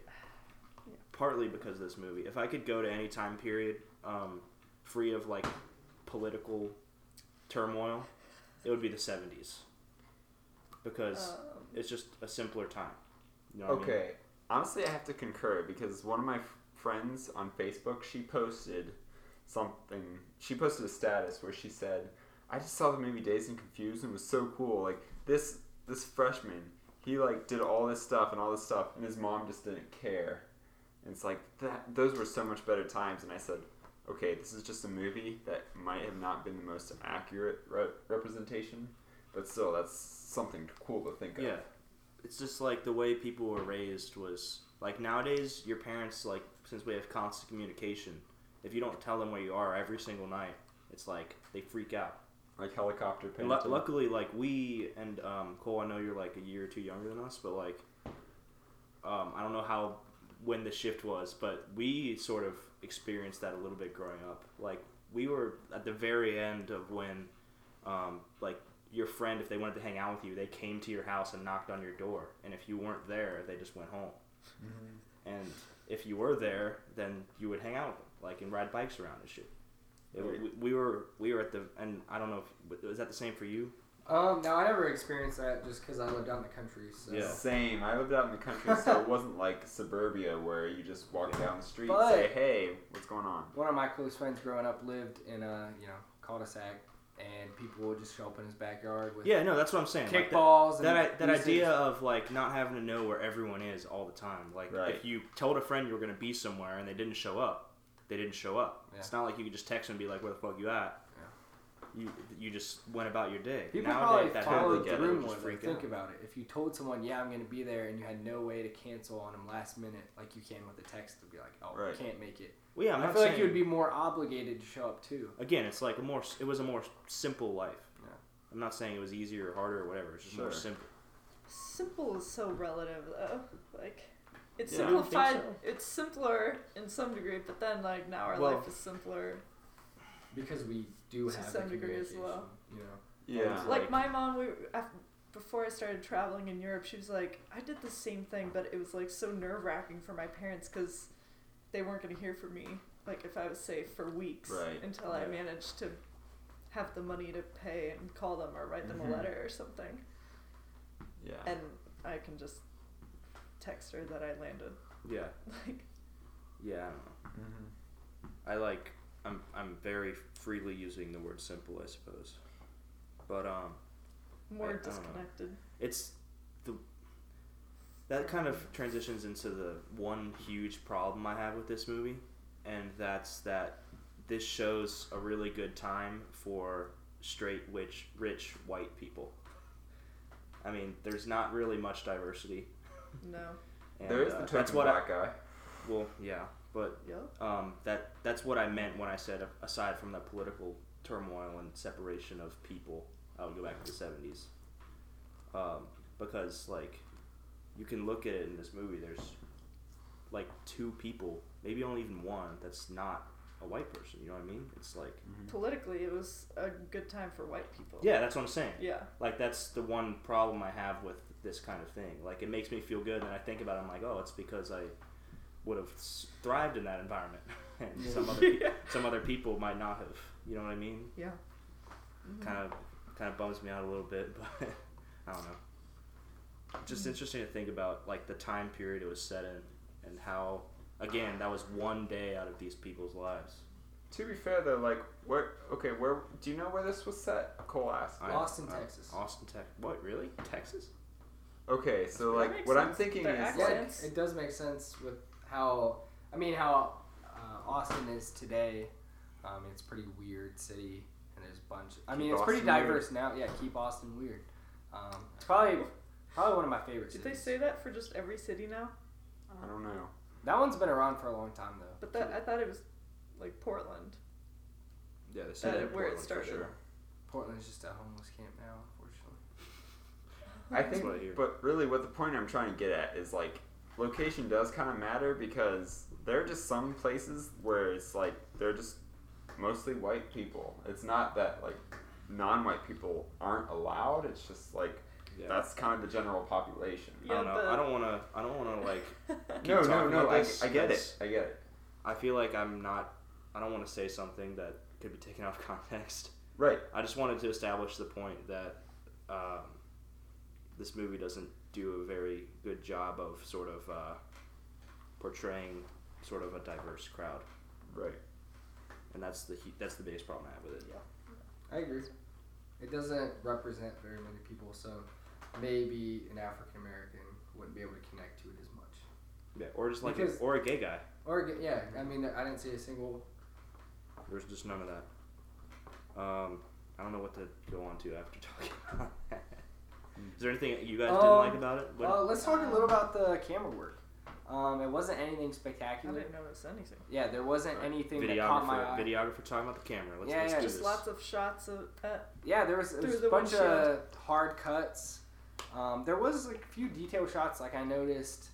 B: partly because of this movie, if I could go to any time period um, free of like political turmoil, it would be the 70s.
E: [LAUGHS]
B: Because
E: Um,
B: it's just a simpler time. You know what I mean?
D: Okay. Honestly, I have to concur because one of my f- friends on Facebook, she posted something. She posted a status where she said, "I just saw the movie Dazed and Confused and was so cool. Like this this freshman, he like did all this stuff and all this stuff, and his mom just didn't care. And it's like that. Those were so much better times. And I said." Okay, this is just a movie that might have not been the most accurate re- representation, but still, that's something cool to think of.
B: Yeah. It's just like the way people were raised was like nowadays your parents like since we have constant communication, if you don't tell them where you are every single night, it's like they freak out.
D: Like helicopter
B: And
D: parenting.
B: lu luckily, like we and um, Cole, I know you're like a year or two younger than us, but like um, I don't know how when the shift was, but we sort of experienced that a little bit growing up. Like we were at the very end of when um, like your friend, if they wanted to hang out with you, they came to your house and knocked on your door, and if you weren't there, they just went home. And if you were there, then you would hang out with them, like and ride bikes around and shit. It-
D: Right.
B: we, we were we were at the and I don't know if was that the same for you.
C: Um, no, I never experienced that just because I lived out in the country. So.
B: Yeah.
D: Same. I lived out in the country, so it wasn't like suburbia where you just walk
B: Yeah.
D: down the street
C: But-
D: and say, "Hey, what's going on?"
C: One of my close friends growing up lived in a you know cul-de-sac, and people would just show up in his backyard with
B: Yeah, no, that's what I'm saying. Like, that
C: kickballs.
B: that, I,
C: and
B: that
C: pieces.
B: idea of like not having to know where everyone is all the time. Like
D: Right.
B: if you told a friend you were going to be somewhere and they didn't show up, they didn't show up.
C: Yeah.
B: It's not like you could just text them and be like, "Where the fuck you at?" You you just went about your day.
C: People
B: Nowadays,
C: probably
B: that happened,
C: followed
B: they would
C: through
B: just
C: more than
B: freak
C: think
B: out.
C: about it. If you told someone, "Yeah, I'm going to be there," and you had no way to cancel on them last minute, like you can with a text, to be like, "Oh,
D: Right.
C: I can't make it."
B: Well, yeah, I'm
C: I
B: not
C: feel like
B: saying-
C: you would be more obligated to show up too.
B: again, it's like a more it was a more simple life.
C: Yeah.
B: I'm not saying it was easier or harder or whatever. It's just more
D: Sure.
B: simple.
E: Simple is so relative, though. Like, it's
D: Yeah, I
B: don't think
E: simplified.
B: so.
E: It's simpler in some degree, but then like now our
B: Well-
E: life is simpler.
C: Because we do
E: To
C: have
E: some
C: the
E: degree as
C: communication,
E: well.
C: You know,
D: Yeah.
E: Like,
B: Like-
E: my mom, we af- before I started traveling in Europe, she was like, I did the same thing, but it was like so nerve wracking for my parents because they weren't going to hear from me, like if I was safe for weeks
D: Right,
E: until I
D: yeah.
E: managed to have the money to pay and call them or write them
B: Mm-hmm.
D: Mhm.
E: a letter or something.
D: Yeah.
E: And I can just text her that I landed. [LAUGHS]
B: Yeah.
E: Like,
B: Yeah. I don't know.
D: mm-hmm.
B: I like I'm I'm very freely using the word simple, I suppose. But um I- I
E: more
B: don't know.
E: disconnected.
B: it's the that kind of transitions into the one huge problem I have with this movie, and that's that this shows a really good time for straight witch rich white people. I mean, there's not really much diversity.
E: No.
B: And,
D: There is
B: uh,
D: the term
B: that's what I
D: black guy.
B: well yeah, but
E: Yep.
B: um, that that's what I meant when I said a- aside from the political turmoil and separation of people, I would go back to the seventies. Um, because like, you can look at it in this movie. There's like two people, maybe only even one that's not a white person. You know what I mean? It's like
E: Mm-hmm. Politically, it was a good time for white people.
B: yeah, that's what I'm saying.
E: Yeah.
B: Like that's the one problem I have with this kind of thing. Like it makes me feel good, and I think about it. I'm like, oh, it's because I would have s- thrived in that environment, [LAUGHS] and
E: [LAUGHS]
B: some other
E: yeah.
B: some other people might not have. You know what I mean?
E: Yeah. Mhm.
B: Kind of kind of bums me out a little bit, [LAUGHS] but I don't know.
E: Mm-hmm.
B: Just interesting to think about like the time period it was set in and how again that was one day out of these people's lives.
D: To be fair though, like where okay, where do you know where this was set? Cole asked.
B: I-
C: Austin,
B: I-
C: Texas.
B: Austin, Texas. What really? Texas?
D: Okay, so
E: That
D: like
E: makes
D: what I'm
E: sense.
D: thinking
E: Their
D: is
E: accent.
D: like
C: Yeah,
E: sense.
C: it does make sense with how I mean how uh, Austin is today. Um, it's a pretty weird city, and there's a bunch. I mean,
D: Keep
C: it's pretty
D: Austin weird.
C: diverse now. Yeah, keep Austin weird. Um, it's probably probably one of my favorites.
E: Did they say that for just every city now?
D: I don't know.
C: that one's been around for a long time though?
E: But that I thought it was like Portland.
B: Yeah, they
E: said Uh, it in where it Portland for started. [LAUGHS] sure.
C: Portland's just a homeless camp now, unfortunately.
D: I
B: That's
D: think,
B: what I hear.
D: but really, what the point I'm trying to get at is like location does kind of matter because there are just some places where it's like they're just mostly white people. It's not that like non-white people aren't allowed. It's just like
B: Yeah.
D: that's kind of the general population.
B: I don't
E: Yeah,
B: know.
E: but-
B: I don't want to. I don't want
E: [LAUGHS]
B: to like. Keep
D: No, no,
B: talking
D: no.
B: about
D: I,
B: this.
D: I get it.
B: That's-
D: I get it.
B: I feel like I'm not. I don't want to say something that could be taken out of [LAUGHS] context.
D: Right.
B: I just wanted to establish the point that um, this movie doesn't do a very good job of sort of uh, portraying sort of a diverse crowd,
D: Right.
B: and that's the hu- that's the biggest problem I have with it.
C: I agree. It doesn't represent very many people, so maybe an African American wouldn't be able to connect to it as much.
B: Yeah, or just like
C: Because-
B: a, or a gay guy.
C: Or g- yeah, I mean, I didn't see a single.
B: There's just none of that. Um, I don't know what to go on to after [LAUGHS] talking about that. Is there anything that you guys didn't
C: Um,
B: like about it? What-
C: Uh, let's talk a little about the camera work. Um, it wasn't anything
E: I
C: spectacular.
E: didn't notice anything.
C: Yeah, there wasn't anything that caught my
B: videographer,
C: eye.
B: videographer talking about the camera. Let's,
C: Yeah,
B: let's
C: yeah,
B: do
E: Just
B: this.
E: lots of shots of uh,
C: Yeah, there was, there
E: Through
C: was a
E: the
C: bunch of hard cuts. Um, there was like, a few detail shots. Like I noticed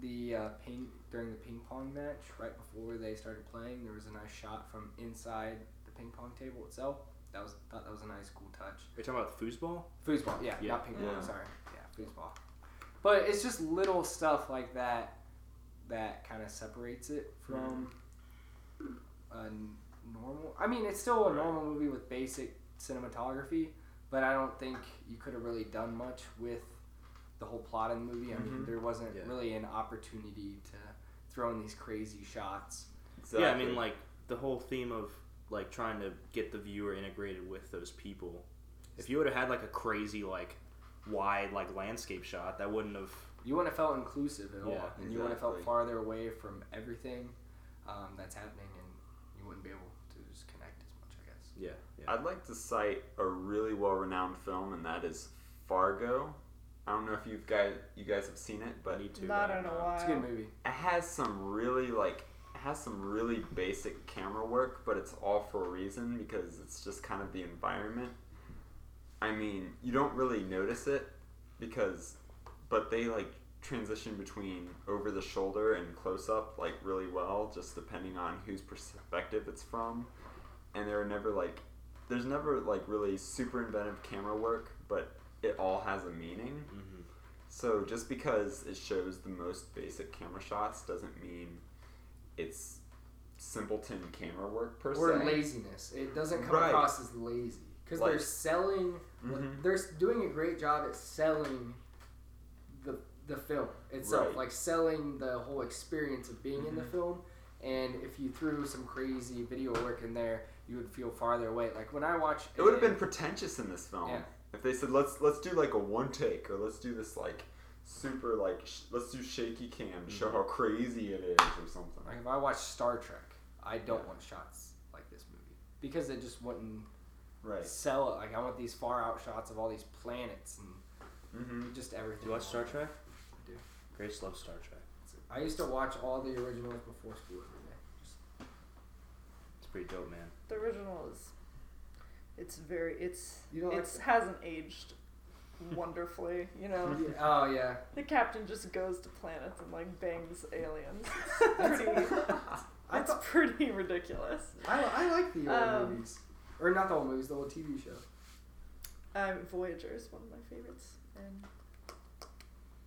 C: the uh, ping during the ping pong match right before they started playing. There was a nice shot from inside the ping pong table itself. That was thought that was a nice cool touch.
B: You're talking about foosball?
C: Foosball, yeah,
B: Yeah.
C: not ping pong.
D: Yeah.
C: Sorry, yeah, foosball. But it's just little stuff like that that kind of separates it from a n- normal. I mean, it's still a
D: Mm-hmm. Right.
C: normal movie with basic cinematography, but I don't think you could have really done much with the whole plot of the movie. I mean,
D: Mhm.
C: there wasn't
B: Yeah.
C: really an opportunity to throw in these crazy shots.
D: Exactly.
B: Yeah, I mean, like the whole theme of like trying to get the viewer integrated with those people. If you would have had like a crazy like wide like landscape shot, that wouldn't have.
C: You wouldn't have felt inclusive at all,
B: Yeah,
C: and you wouldn't have felt
D: exactly.
C: farther away from everything um, that's happening, and you wouldn't be able to just connect as much, I guess.
B: Yeah, yeah.
D: I'd like to cite a really well-renowned film, and that is Fargo. I don't know if you guys you guys have seen it, but
B: need to.
E: not
B: right
E: in a
B: now.
E: while.
C: It's a good movie.
D: it has some really like it has some really basic camera work, but it's all for a reason because it's just kind of the environment. I mean, you don't really notice it because but they like transition between over the shoulder and close up like really well just depending on whose perspective it's from. And there are never like there's never like really super inventive camera work, but it all has a meaning.
B: Mhm.
D: So just because it shows the most basic camera shots doesn't mean it's simpleton camera work per
C: or
D: se.
C: laziness. It doesn't come
D: Right.
C: across as lazy because
D: Like-
C: they're selling.
D: Mhm.
C: They're doing a great job at selling the the film itself,
D: Right. Mm-hmm.
C: like selling the whole experience of being in the film. And if you threw some crazy video work in there, you would feel farther away. Like when I watch,
D: It would have
C: a-
D: been pretentious in this film
C: Yeah.
D: if they said let's let's do like a one take or let's do this like super like sh- let's do shaky cam to show
B: Mm-hmm.
D: how crazy it is or something.
C: Like if I watch Star Trek, I don't want shots like this movie because it just wouldn't
D: Right.
C: sell it. Like I want these far out shots of all these planets and
D: Mm-hmm.
C: just everything.
B: Do you watch Star Trek?
C: I do.
B: Grace loves Star Trek.
C: I used to watch all the originals before school every day.
B: It's pretty dope, man.
E: The original is. It's very. It's.
C: You don't like
E: it's hasn't aged wonderfully. You
C: [LAUGHS]
E: know,
C: Yeah, Oh yeah,
E: the captain just goes to planets and like bangs [LAUGHS] aliens.
C: [LAUGHS]
E: It's pretty.
C: I
E: it's
C: thought
E: pretty ridiculous.
C: I, I like the old
E: Um,
C: movies, or not the old movies, the old TV show.
E: Um, Voyager is one of my favorites, and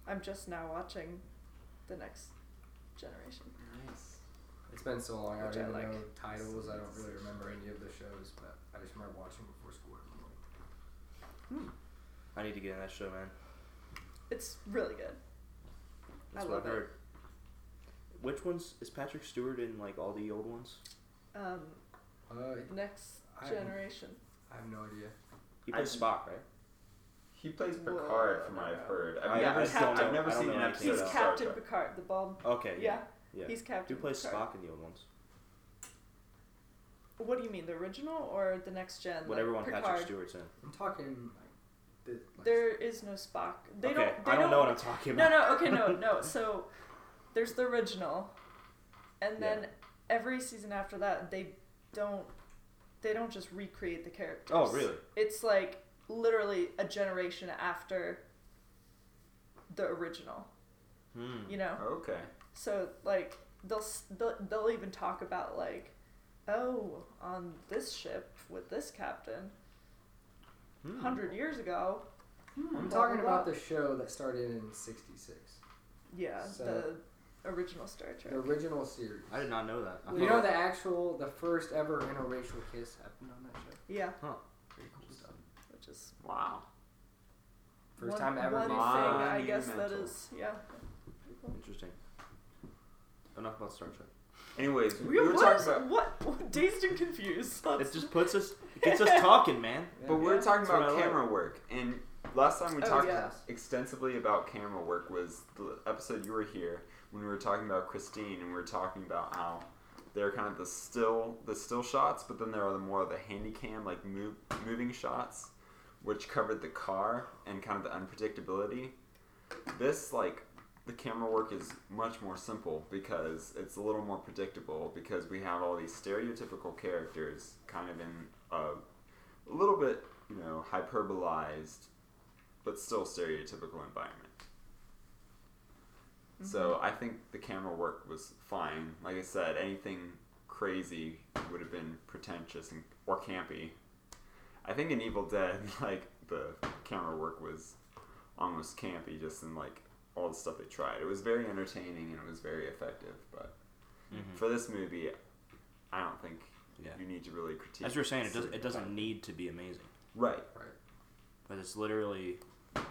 E: I'm just now watching the next generation.
D: Nice.
C: It's been so long. I
E: Which
C: don't
E: I
C: even
E: like.
C: know titles. I don't really remember any of the shows, but I just remember watching before school. every morning.
B: I need to get in that show, man.
E: It's really good.
B: That's
E: I
B: what
E: love
B: I've heard. Which ones is Patrick Stewart in like all the old ones?
E: Um,
C: Uh,
E: next
C: I-
E: generation.
C: I have no idea.
B: He plays
D: I-
B: Spock, right?
D: He plays
E: Whoa,
D: Picard, from what
E: no.
D: I've heard.
B: I-
D: I've never,
E: I
D: seen,
E: don't
D: I've
E: know.
D: never
B: I don't
D: seen
B: know
D: an
B: anything
D: episode
E: He's
D: of
B: Yeah.
D: Star
E: Captain
D: Trek.
E: Picard, the bald.
B: Okay.
E: Yeah,
B: Yeah.
E: he's Captain.
B: Who plays
E: Picard.
B: Spock in the old ones?
E: What do you mean, the original or the next gen? like
B: Whatever one
E: Picard.
B: Patrick Stewart's in.
C: I'm talking like the. Like,
E: There is no Spock. They
B: okay.
E: don't. They
B: I don't know what I'm talking
E: No,
B: about.
E: no. Okay, no,
B: [LAUGHS]
E: no. So there's the original, and then
B: Yeah.
E: every season after that, they don't. They don't just recreate the characters.
B: Oh, really?
E: It's like literally a generation after the original.
B: Hmm.
E: You know.
D: Okay.
E: So like they'll s- they'll, they'll even talk about like, oh, on this ship with this captain,
B: Hmm.
E: hundred years ago.
C: I'm
E: blah,
C: talking
E: blah,
C: about
E: blah.
C: the show that started in '66,
E: Yeah,
C: So-
E: the original Star Trek.
C: the original series.
B: I did not know that. I
C: You
B: thought-
C: know the actual, the first ever interracial kiss happened on that show.
E: Yeah,
C: Pretty cool stuff.
E: which is
D: Wow.
C: First
E: one,
C: time ever.
E: One thing
C: made.
E: I guess that
D: Monumental.
E: is yeah.
B: Interesting. Enough about Star Trek.
D: Anyways, we,
E: We
D: were
E: what,
D: talking about,
E: what, what dazed and confused.
B: It
E: [LAUGHS]
B: just puts us, it gets us talking, man.
C: Yeah.
D: but we were
E: Yeah.
D: talking
B: That's what
D: about
B: I like.
D: camera work, and last time we
E: Oh,
D: talked
E: yeah.
D: extensively about camera work was the episode you were here when we were talking about Christine, and we were talking about how they're kind of the still the still shots, but then there are the more of the handy cam like move, moving shots, which covered the car and kind of the unpredictability. This like the camera work is much more simple because it's a little more predictable because we have all these stereotypical characters kind of in a, a little bit you know hyperbolized but still stereotypical environment so i think the camera work was fine like i said anything crazy would have been pretentious and, or campy i think in evil dead [LAUGHS] like the camera work was almost campy just in like all the stuff they tried. It was very entertaining and it was very effective, but for this movie, I don't think
B: Mm-hmm. Yeah.
D: you need to really critique.
B: As you were saying, it doesn't,
D: certain
B: it doesn't
D: parts.
B: need to be amazing.
D: Right.
C: Right.
B: But it's literally,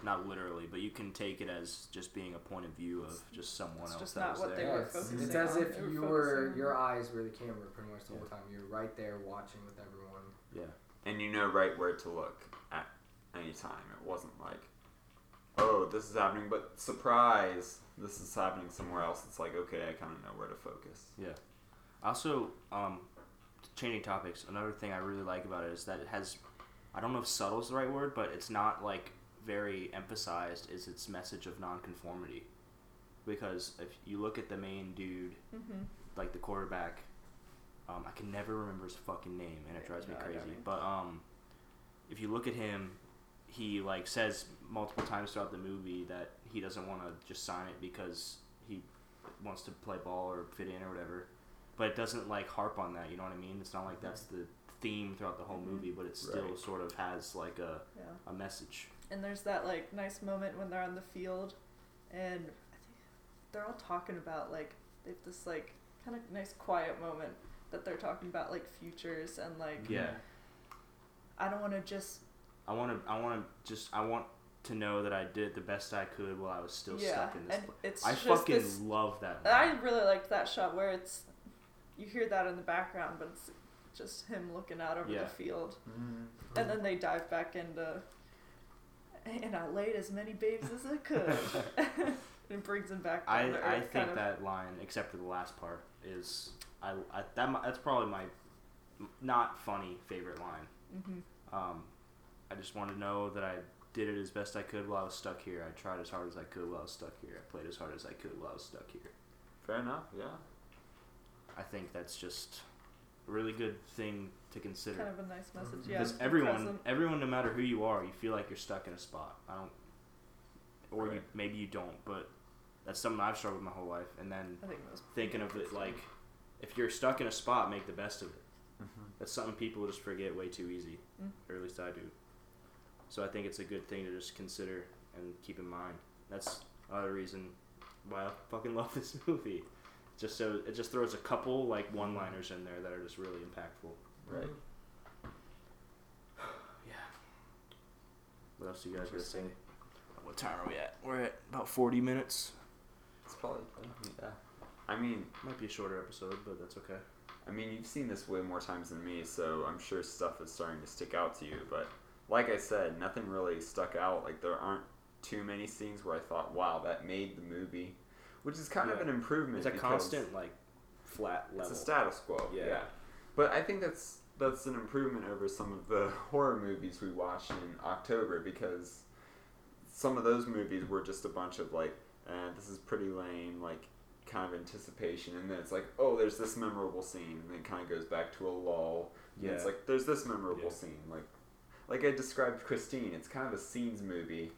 B: not literally, but you can take it as just being a point of view of just someone
E: It's
B: else
E: just
B: that
E: not
B: was
E: what they
B: there.
E: were
C: Yes.
E: focusing
C: It's as
E: on.
C: if
E: They were
C: you were,
E: focusing on-
C: your eyes were the camera pretty much the whole
B: Yeah.
C: time. You were right there watching with everyone.
D: And you know right where to look at any time. It wasn't like, oh, this is happening, but surprise, this is happening somewhere else. It's like, okay, I kind of know where to focus.
B: Also, um, changing topics. Another thing I really like about it is that it has, I don't know if subtle is the right word, but it's not like very emphasized. Is its message of nonconformity, because if you look at the main dude,
E: Mhm.
B: like the quarterback, um, I can never remember his fucking name, and it
E: Yeah,
B: drives me
E: no, I
B: crazy.
E: got you.
B: But um, if you look at him, he like says multiple times throughout the movie that he doesn't want to just sign it because he wants to play ball or fit in or whatever. But it doesn't like harp on that. You know what I mean? It's
E: Mm-hmm.
B: not like that's the theme throughout the whole
E: Mhm.
B: movie, but it still
D: Right.
B: sort of has like a
E: Yeah.
B: a message.
E: and there's that like nice moment when they're on the field, and I think they're all talking about like they have this like kind of nice quiet moment that they're talking about like futures and like
B: Yeah.
E: I don't want to just
B: I want to. I want to just. I want to know that I did the best I could while I was still
E: yeah,
B: stuck in this.
E: and it's
B: pla- I
E: just
B: fucking
E: this
B: love that.
E: I really liked that shot where it's you hear that in the background, but it's just him looking out over
B: Yeah.
E: the field,
D: Mm-hmm.
E: and then they dive back into. And I laid as many babes as I
B: [LAUGHS]
E: could. and it brings him back.
B: I,
E: down to
B: I
E: earth, kind
B: think
E: of.
B: that line, except for the last part, is I, I that mi- that's probably my m- not funny favorite line.
E: Mhm.
B: Um, I just want to know that I did it as best I could while I was stuck here. I tried as hard as I could while I was stuck here. I played as hard as I could while I was stuck here.
D: Fair enough. Yeah.
B: I think that's just a really good thing to consider.
E: kind of a nice message.
C: Mhm.
E: Yeah,
B: because
E: be
B: everyone,
E: present.
B: everyone, no matter who you are, you feel like you're stuck in a spot. I don't, or you, maybe you don't, but that's something I've struggled with my whole life. And then
E: I think most
B: thinking of it like, if you're stuck in a spot, make the best of it.
D: Mhm.
B: That's something people just forget way too easy,
E: Mm.
B: or at least I do. So I think it's a good thing to just consider and keep in mind. That's another reason why I fucking [LAUGHS] love this movie. Just so it just throws a couple like one-liners in there that are just really impactful.
D: Right.
B: What else do you guys gotta say?
D: Interesting.
B: What time are we at? We're at about 40 minutes.
D: It's probably. Yeah. I mean,
B: Might be a shorter episode, but that's okay.
D: I mean, you've seen this way more times than me, so I'm sure stuff is starting to stick out to you. But like I said, nothing really stuck out. Like there aren't too many scenes where I thought, "Wow, that made the movie," which is kind of
B: Yeah.
D: an improvement.
B: It's a
D: because
B: constant like flat level.
D: It's a status quo.
B: Yeah.
D: Yeah. But I think that's that's an improvement over some of the [LAUGHS] horror movies we watched in October because some of those movies were just a bunch of like, eh, this is pretty lame, like kind of anticipation, and then it's like, oh, there's this memorable scene, and it kind of goes back to a lull. Yeah.
B: Yeah.
D: it's like there's this memorable
B: Yeah.
D: scene, like like I described Christine. It's kind of a scenes movie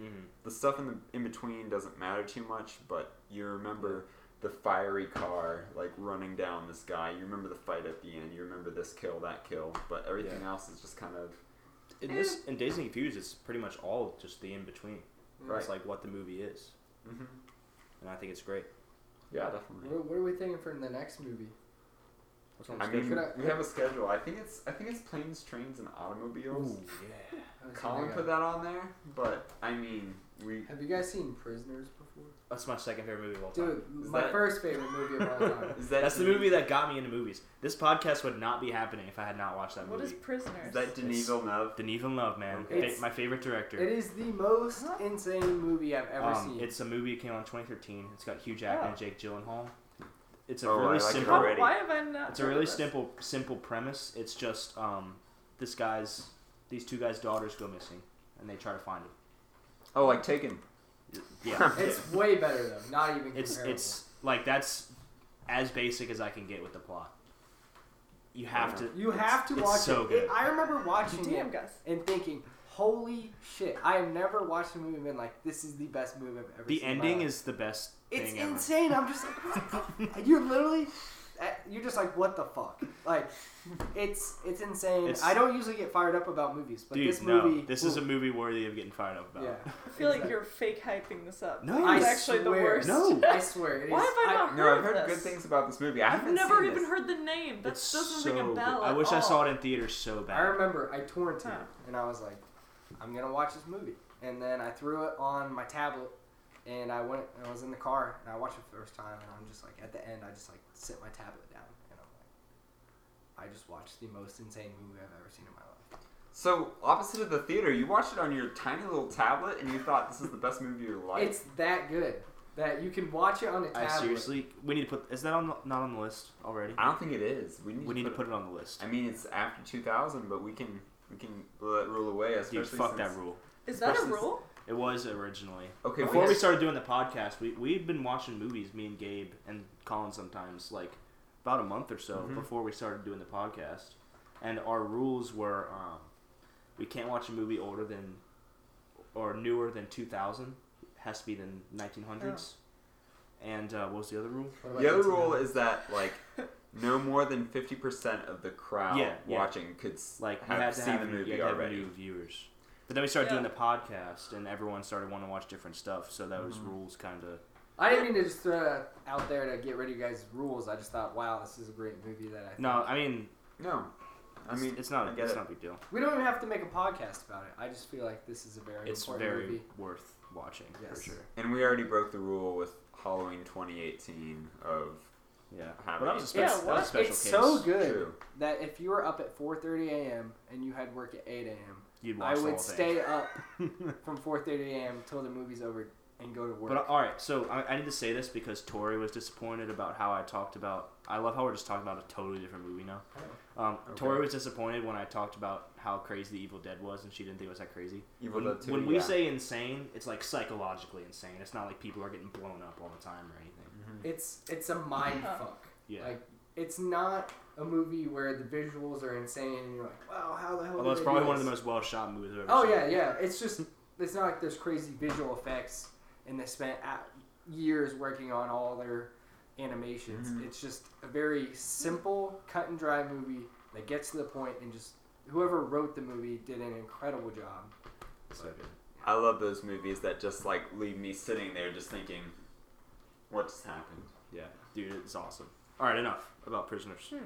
B: Mhm.
D: the stuff in the in between doesn't matter too much, but you remember the fiery car like running down this guy. You remember the fight at the end. You remember this kill, that kill, but everything
B: Yeah.
D: else is just kind of
B: In this in Days and Confused, it's pretty much all just the in between.
D: right.
E: Mm-hmm.
B: It's like what the movie is,
D: hmm
B: and I think it's great.
D: Yeah, definitely.
C: What, what are we thinking for the next movie?
B: What's on
D: I mean,
C: Could I-
D: we have a schedule. I think it's I think it's planes, trains, and automobiles.
B: Ooh, yeah.
C: I was
D: Colin
C: gonna go-
D: put that on there, but I mean, we
C: Have you guys seen Prisoners before?
B: That's my second favorite movie of all time.
C: Dude,
D: Is
C: my
D: that-
C: first favorite movie of all
D: [LAUGHS]
C: time.
D: is that
B: That's the
D: Denis-
B: movie that got me into movies. This podcast would not be happening if I had not watched that
E: what is
B: movie.
E: prisoners?
D: is that Denis
B: It's-
D: Villeneuve?
B: Denis Villeneuve, man,
D: Okay.
B: Fa- my favorite director.
C: It is the most
E: Huh?
C: insane movie I've ever
B: Um,
C: seen.
B: it's a movie that came out in 2013. It's got Hugh Jackman
E: Oh.
B: and Jake Gyllenhaal. It's a
D: Oh, I
B: really
D: like it
B: simple.
E: How-
D: already.
E: Why have I not?
B: It's a
E: heard of
B: really
E: this?
B: simple simple premise. It's just um, this guy's these two guys' daughters go missing, and they try to find him.
D: Oh, like Taken.
B: Yeah,
C: It's way better though. Not even
B: it's
C: comparable.
B: it's like that's as basic as I can get with the plot. You have to.
C: you
B: it's-
C: have to
B: it's
C: watch
B: so
C: it.
B: good.
C: It- I remember watching
E: Damn,
C: it
E: guys.
C: and thinking, "Holy shit! I have never watched a movie and been like, this is the best movie I've ever
B: the
C: seen." in my
B: ending
C: life."
B: is the best
C: it's
B: thing ever.
C: insane. I'm just like, what the- you're literally, uh, you're just like, what the fuck? Like, it's it's insane.
B: It's-
C: I don't usually get fired up about movies, but
B: Dude,
C: this
B: no,
C: movie,
B: this is a movie worthy of getting fired up about.
C: Yeah.
E: I feel like you're fake hyping this up.
B: No.
E: it's
B: I
E: actually the
C: swear.
E: worst.
B: No.
C: I swear, it is.
E: Why have I not heard
D: No, I've
E: of
D: heard
E: this?
D: good things about this movie. I
E: I've
D: haven't
E: never
D: seen
E: even
D: this.
E: heard the name. That
B: It's
E: doesn't
B: so
E: ring a
B: good.
E: bell.
B: I
E: at
B: wish I
E: all.
B: saw it in theaters so bad.
C: I remember I torrented
E: Huh.
C: it and I was like, I'm gonna watch this movie. And then I threw it on my tablet and I went and I was in the car and I watched it the first time and I'm just like at the end I just like sit my tablet down and I'm like I just watched the most insane movie I've ever seen in my life.
D: So opposite of the theater, you watched it on your tiny little tablet, and you thought this is the best movie of your life.
C: It's that good that you can watch it on a
B: I
C: tablet.
B: seriously, we need to put. Is that on the, not on the list already?
D: I don't think it is. We need,
B: We
D: to,
B: need to
D: put
B: put it on the list.
D: I mean, it's after 2000, but we can we can blow that rule away. Especially
B: Dude, fuck
D: since,
B: that rule.
E: Is that a
D: Especially-
E: rule?
B: It was originally.
D: Okay,
B: Before we
D: yes.
B: started doing the podcast, we we'd been watching movies, me and Gabe and Colin sometimes, like about a month or so
D: Mhm.
B: before we started doing the podcast. And our rules were um, we can't watch a movie older than or newer than 2000. Has to be the 1900s.
D: Oh.
B: And uh, what was the other rule?
C: What about
D: the other
C: you, Tim?
D: rule is that like no more than 50 percent of the crowd
B: Yeah, yeah.
D: watching could s-
B: Like you
D: have
B: had to
D: seen
B: have,
D: the
B: new, you
D: movie
B: had to have
D: already.
B: new viewers. But then we started
E: Yeah.
B: doing the podcast, and everyone started wanting to watch different stuff. So those
D: Mm-hmm.
B: rules kind of
C: I didn't mean to just throw that out there to get rid of you guys' rules. I just thought, wow, this is a great movie that I. Think.
B: no. I mean,
D: No, I
B: it's-
D: mean
B: it's not
D: I
B: a,
D: get
B: it's
D: it.
B: not a big deal.
C: we don't even have to make a podcast about it. I just feel like this is a very
B: It's
C: important
B: very
C: movie.
B: worth watching for
C: Yes.
B: sure.
D: And we already broke the rule with Halloween 2018 of
B: Yeah,
D: Have
B: well, that
D: it.
B: was a, spe-
E: Yeah,
B: that was a
E: what?
B: special
C: it's
B: case.
C: so good
D: True.
C: that if you were up at 4:30 a.m. and you had work at 8 a.m.,
B: You'd watch
C: I
B: the
C: would
B: whole
C: stay up
B: thing. [LAUGHS]
C: from 4:30 a.m. till the movie's over and go to work.
B: But uh, all right, so I, I need to say this because Tori was disappointed about how I talked about. I love how we're just talking about a totally different movie now. Um,
D: Okay.
B: Tori was disappointed when I talked about how crazy Evil Dead was, and she didn't think it was that crazy.
D: Evil
B: When,
D: Dead 2.
B: when we
D: yeah.
B: say insane, it's like psychologically insane. It's not like people are getting blown up all the time or anything.
D: Mm-hmm.
C: it's it's a mind
E: Huh.
C: fuck.
B: Yeah.
C: Like it's not a movie where the visuals are insane and you're like, wow, how the hell?
B: Although
C: did
B: it's
C: they
B: probably
C: do
B: one of the
C: this?
B: most well shot movies I've ever
C: Oh
B: seen.
C: yeah, yeah. It's just it's not like there's crazy visual effects and they spent a- years working on all their animations.
B: Mm-hmm.
D: Mhm.
C: It's just a very simple, cut and dry movie that gets to the point and just whoever wrote the movie did an incredible job.
B: So good.
D: I love those movies that just like leave me sitting there just thinking, what just happened?
B: Yeah, dude, it's awesome. All right, enough about prisoners.
C: Hmm.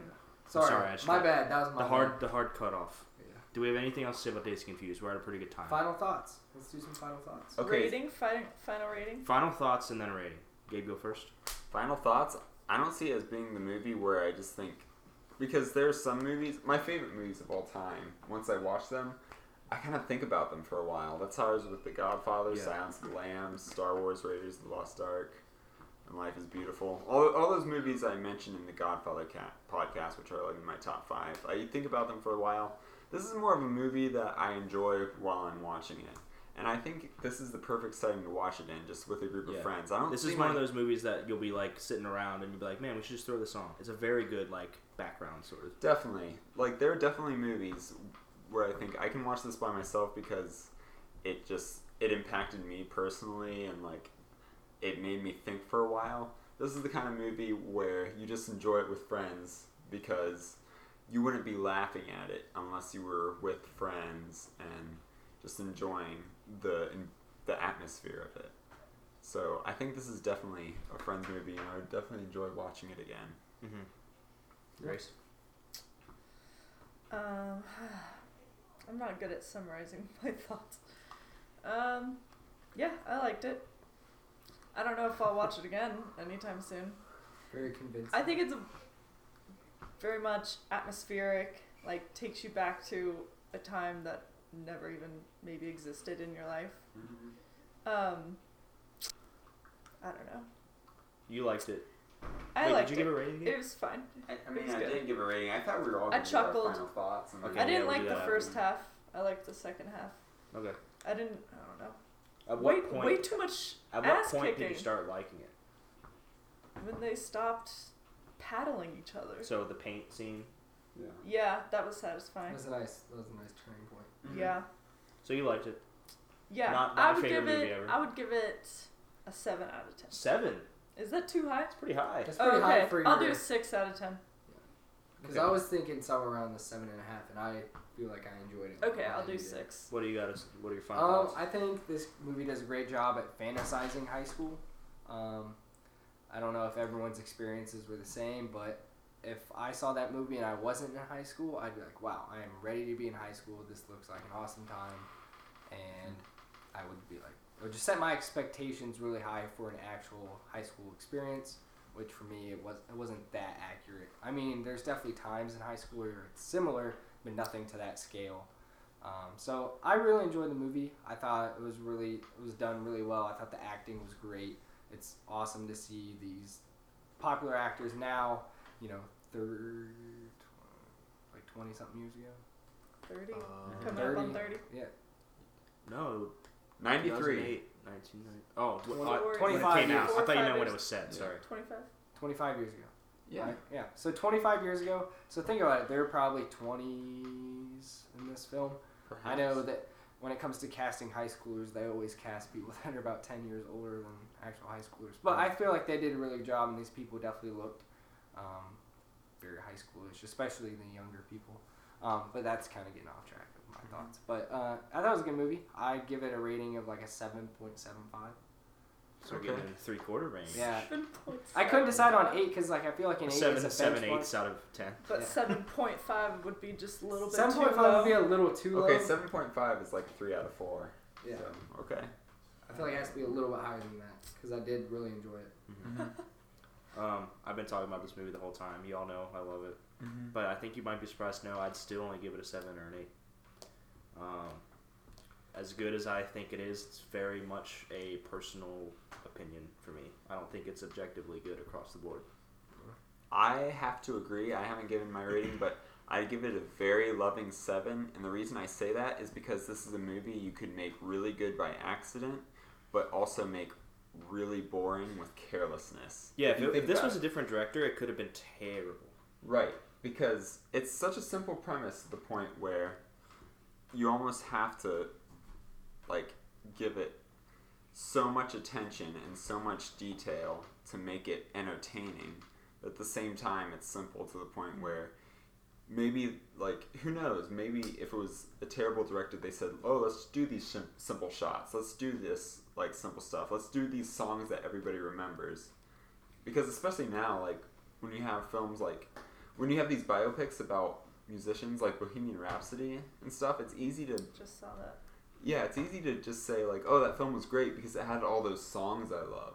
C: Sorry,
B: sorry, I just
C: my
B: got-
C: bad. That was my
B: The
C: bad.
B: hard, the hard cutoff.
C: Yeah.
B: Do we have anything else to say about Days Confused? We're at a pretty good time.
C: Final thoughts. Let's do some final thoughts.
D: Okay,
E: Rating, final, final rating.
B: Final thoughts and then a rating. Gabe, go first.
D: final thoughts. I don't see it as being the movie where I just think, because there's some movies, my favorite movies of all time, once I watch them, I kind of think about them for a while. That's how I was with The Godfather,
B: Yeah.
D: Silence of the Lambs, Star Wars Raiders of the Lost Ark, and Life is Beautiful. All, all those movies I mentioned in The Godfather cat, podcast, which are like in my top five, I think about them for a while. This is more of a movie that I enjoy while I'm watching it. And I think this is the perfect setting to watch it in, just with a group
B: Yeah.
D: of friends. I don't
B: This is
D: see
B: one
D: my-
B: of those movies that you'll be like sitting around and you'll be like, man, we should just throw this on. It's a very good like background sort of.
D: Definitely. Like there are definitely movies where I think I can watch this by myself because it just it impacted me personally and like it made me think for a while. This is the kind of movie where you just enjoy it with friends because you wouldn't be laughing at it unless you were with friends and just enjoying the the atmosphere of it. So I think this is definitely a friends movie, and I would definitely enjoy watching it again.
C: Mm-hmm.
B: Grace.
E: Um, [SIGHS] I'm not good at summarizing [LAUGHS] my thoughts. Um, yeah, I liked it. I don't know if I'll watch it again anytime soon.
C: Very convincing.
E: I think it's a very much atmospheric, like takes you back to a time that never even maybe existed in your life. Um, I don't know.
B: You liked it.
E: I
B: Wait,
E: liked
B: did you
E: it.
B: give a rating?
E: It was fine.
D: I, I
E: It was good.
D: give a rating. I thought we were all.
E: I
D: gonna do our
E: chuckled.
D: Final thoughts. and
B: Okay.
E: I
B: yeah,
E: didn't
B: we'll
E: like
B: do
E: the
B: that
E: first
B: after.
E: half. I liked the second half.
B: Okay.
E: I didn't. I don't know.
B: At what
E: Way,
B: point?
E: way too much
B: at what
E: ass
B: point did
E: kicking.
B: you start liking it?
E: when they stopped paddling each other.
B: So the paint scene.
E: yeah, that was
C: that
E: satisfying.
C: was a nice. That was a nice turning point.
E: Yeah,
B: So you liked it.
E: yeah.
B: Not- not
E: I
B: my
E: would
B: favorite
E: give
B: movie
E: it.
B: ever.
E: I would give it a seven out of ten.
B: Seven.
E: Is that too high?
B: That's pretty high.
C: That's pretty
E: Oh,
C: high
E: okay,
C: for
E: I'll do
C: your.
E: a six out of ten.
C: Because
B: Okay.
C: I was thinking somewhere around the seven and a half, and I feel like I enjoyed it. more
E: Okay,
C: than
E: I'll
C: you
E: do
C: did.
E: six.
B: What do you got? As, what are your final
C: Um,
B: thoughts?
C: I think this movie does a great job at fantasizing high school. Um, I don't know if everyone's experiences were the same, but if I saw that movie and I wasn't in high school, I'd be like, "Wow, I am ready to be in high school. This looks like an awesome time," and I would be like, it would just set my expectations really high for an actual high school experience. Which for me, it was it wasn't that accurate. I mean, there's definitely times in high school where it's similar, but nothing to that scale. Um, so I really enjoyed the movie. I thought it was really it was done really well. I thought the acting was great. It's awesome to see these popular actors now. You know, third like twenty something years ago.
E: Thirty.
C: Uh,
E: Coming up on thirty.
C: Yeah,
B: no.
D: 93.
B: 2008, 1990. Oh, wh-
C: Twenty-
B: uh, when it
C: 25
B: came out. I
E: years.
B: thought you meant when it
E: Yeah.
B: was said. Sorry.
E: Twenty-five.
C: twenty five years ago.
D: Yeah.
C: Right? Yeah. So 25 years ago. So think about it. They're probably 20s in this film. I know that when it comes to casting high schoolers, they always cast people [LAUGHS] that are about 10 years older than actual high schoolers. But I feel like they did a really good job, and these people definitely looked um, very high schoolish, especially the younger people. Um, but that's kind of getting off track. my thoughts. But uh, I thought it was a good movie. I'd give it a rating of like a seven point seven five.
B: So we're getting
D: Okay.
B: in the three quarter range.
C: Yeah.
E: Seven points.
C: I couldn't decide on eight because like I feel like an eight is
B: Seven,
C: a
B: seven
C: benchmark.
B: eighths out of ten.
E: But
C: Yeah.
E: seven point five would be just a little bit
C: Seven point
E: too
C: five would
E: low.
C: be a little too
D: Okay,
C: low.
D: seven point five is like a three out of four.
C: yeah,
D: So, okay.
C: I feel like it has to be a little bit higher than that because I did really enjoy it.
B: Um, I've been talking about this movie the whole time. You all know I love it, but I think you might be surprised. No, I'd still only give it a seven or an eight. Um, as good as I think it is, it's very much a personal opinion for me. I don't think it's objectively good across the board.
D: I have to agree. I haven't given my rating, but I give it a very loving seven. And the reason I say that is because this is a movie you could make really good by accident, but also make really boring with carelessness.
B: Yeah, if,
D: you
B: it,
D: think
B: if this
D: about
B: was a
D: it.
B: different director, it could have been terrible.
D: Right, because it's such a simple premise to the point where you almost have to like give it so much attention and so much detail to make it entertaining. But at the same time, it's simple to the point where maybe like who knows? Maybe if it was a terrible director, they said, "Oh, let's do these sim- simple shots. Let's do this like simple stuff. Let's do these songs that everybody remembers." Because especially now, like when you have films like when you have these biopics about musicians like Bohemian Rhapsody and stuff, it's easy to
E: Just saw that.
D: yeah, it's easy to just say like, "Oh, that film was great" because it had all those songs I love.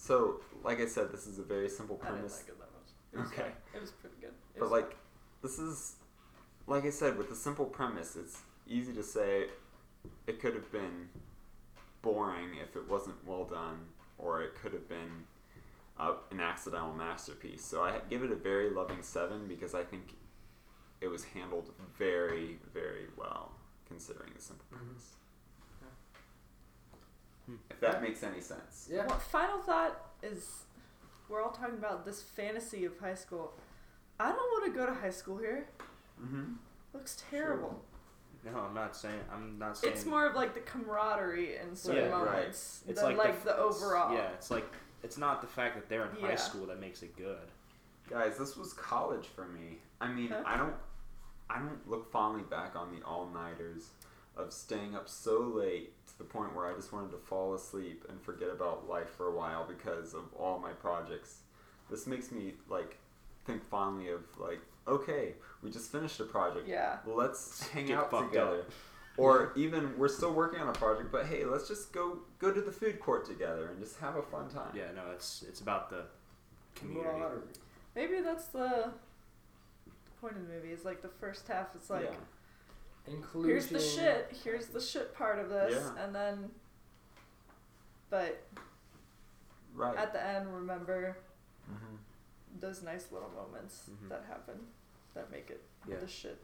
D: So, like I said, this is a very simple
E: I didn't like
D: premise,
E: it that much. It was
D: Okay.
E: fine. It was pretty good. It was
D: but like, this is, like I said, with a simple premise, it's easy to say it could have been boring if it wasn't well done, or it could have been uh, an accidental masterpiece. So I give it a very loving seven because I think it was handled very, very well considering the simple premise. If that makes any sense.
C: Yeah,
E: Well, final thought is we're all talking about this fantasy of high school. I don't want to go to high school here.
D: Mm-hmm.
E: looks terrible.
B: No, I'm not saying. I'm not saying.
E: It's more of like the camaraderie in certain
B: Yeah,
D: right.
E: moments
B: It's
E: than like,
B: like
E: the,
B: the
E: overall.
B: Yeah, it's like it's not the fact that they're in high
E: Yeah.
B: school that makes it good.
D: Guys, this was college for me. I mean,
E: Huh?
D: I don't, I don't look fondly back on the all-nighters of staying up so late to the point where I just wanted to fall asleep and forget about life for a while because of all my projects. This makes me like think fondly of like, okay, we just finished a project.
E: Yeah.
D: Let's hang
B: get
D: out
B: fucked [LAUGHS]
D: together. Or even we're still working on a project, but hey, let's just go go to the food court together and just have a fun time.
E: Uh-huh.
B: Yeah, no, it's it's about the community.
C: Camaraderie.
E: Maybe that's the the point of the movie is like the first half is like
D: Yeah.
C: inclusion.
E: here's the shit, here's the shit part of this
D: Yeah.
E: and then but
D: Right.
E: at the end remember
D: Mhm.
B: Mm-hmm.
E: those nice little moments
B: Mhm.
E: that happen that make it
B: Yeah.
E: the shit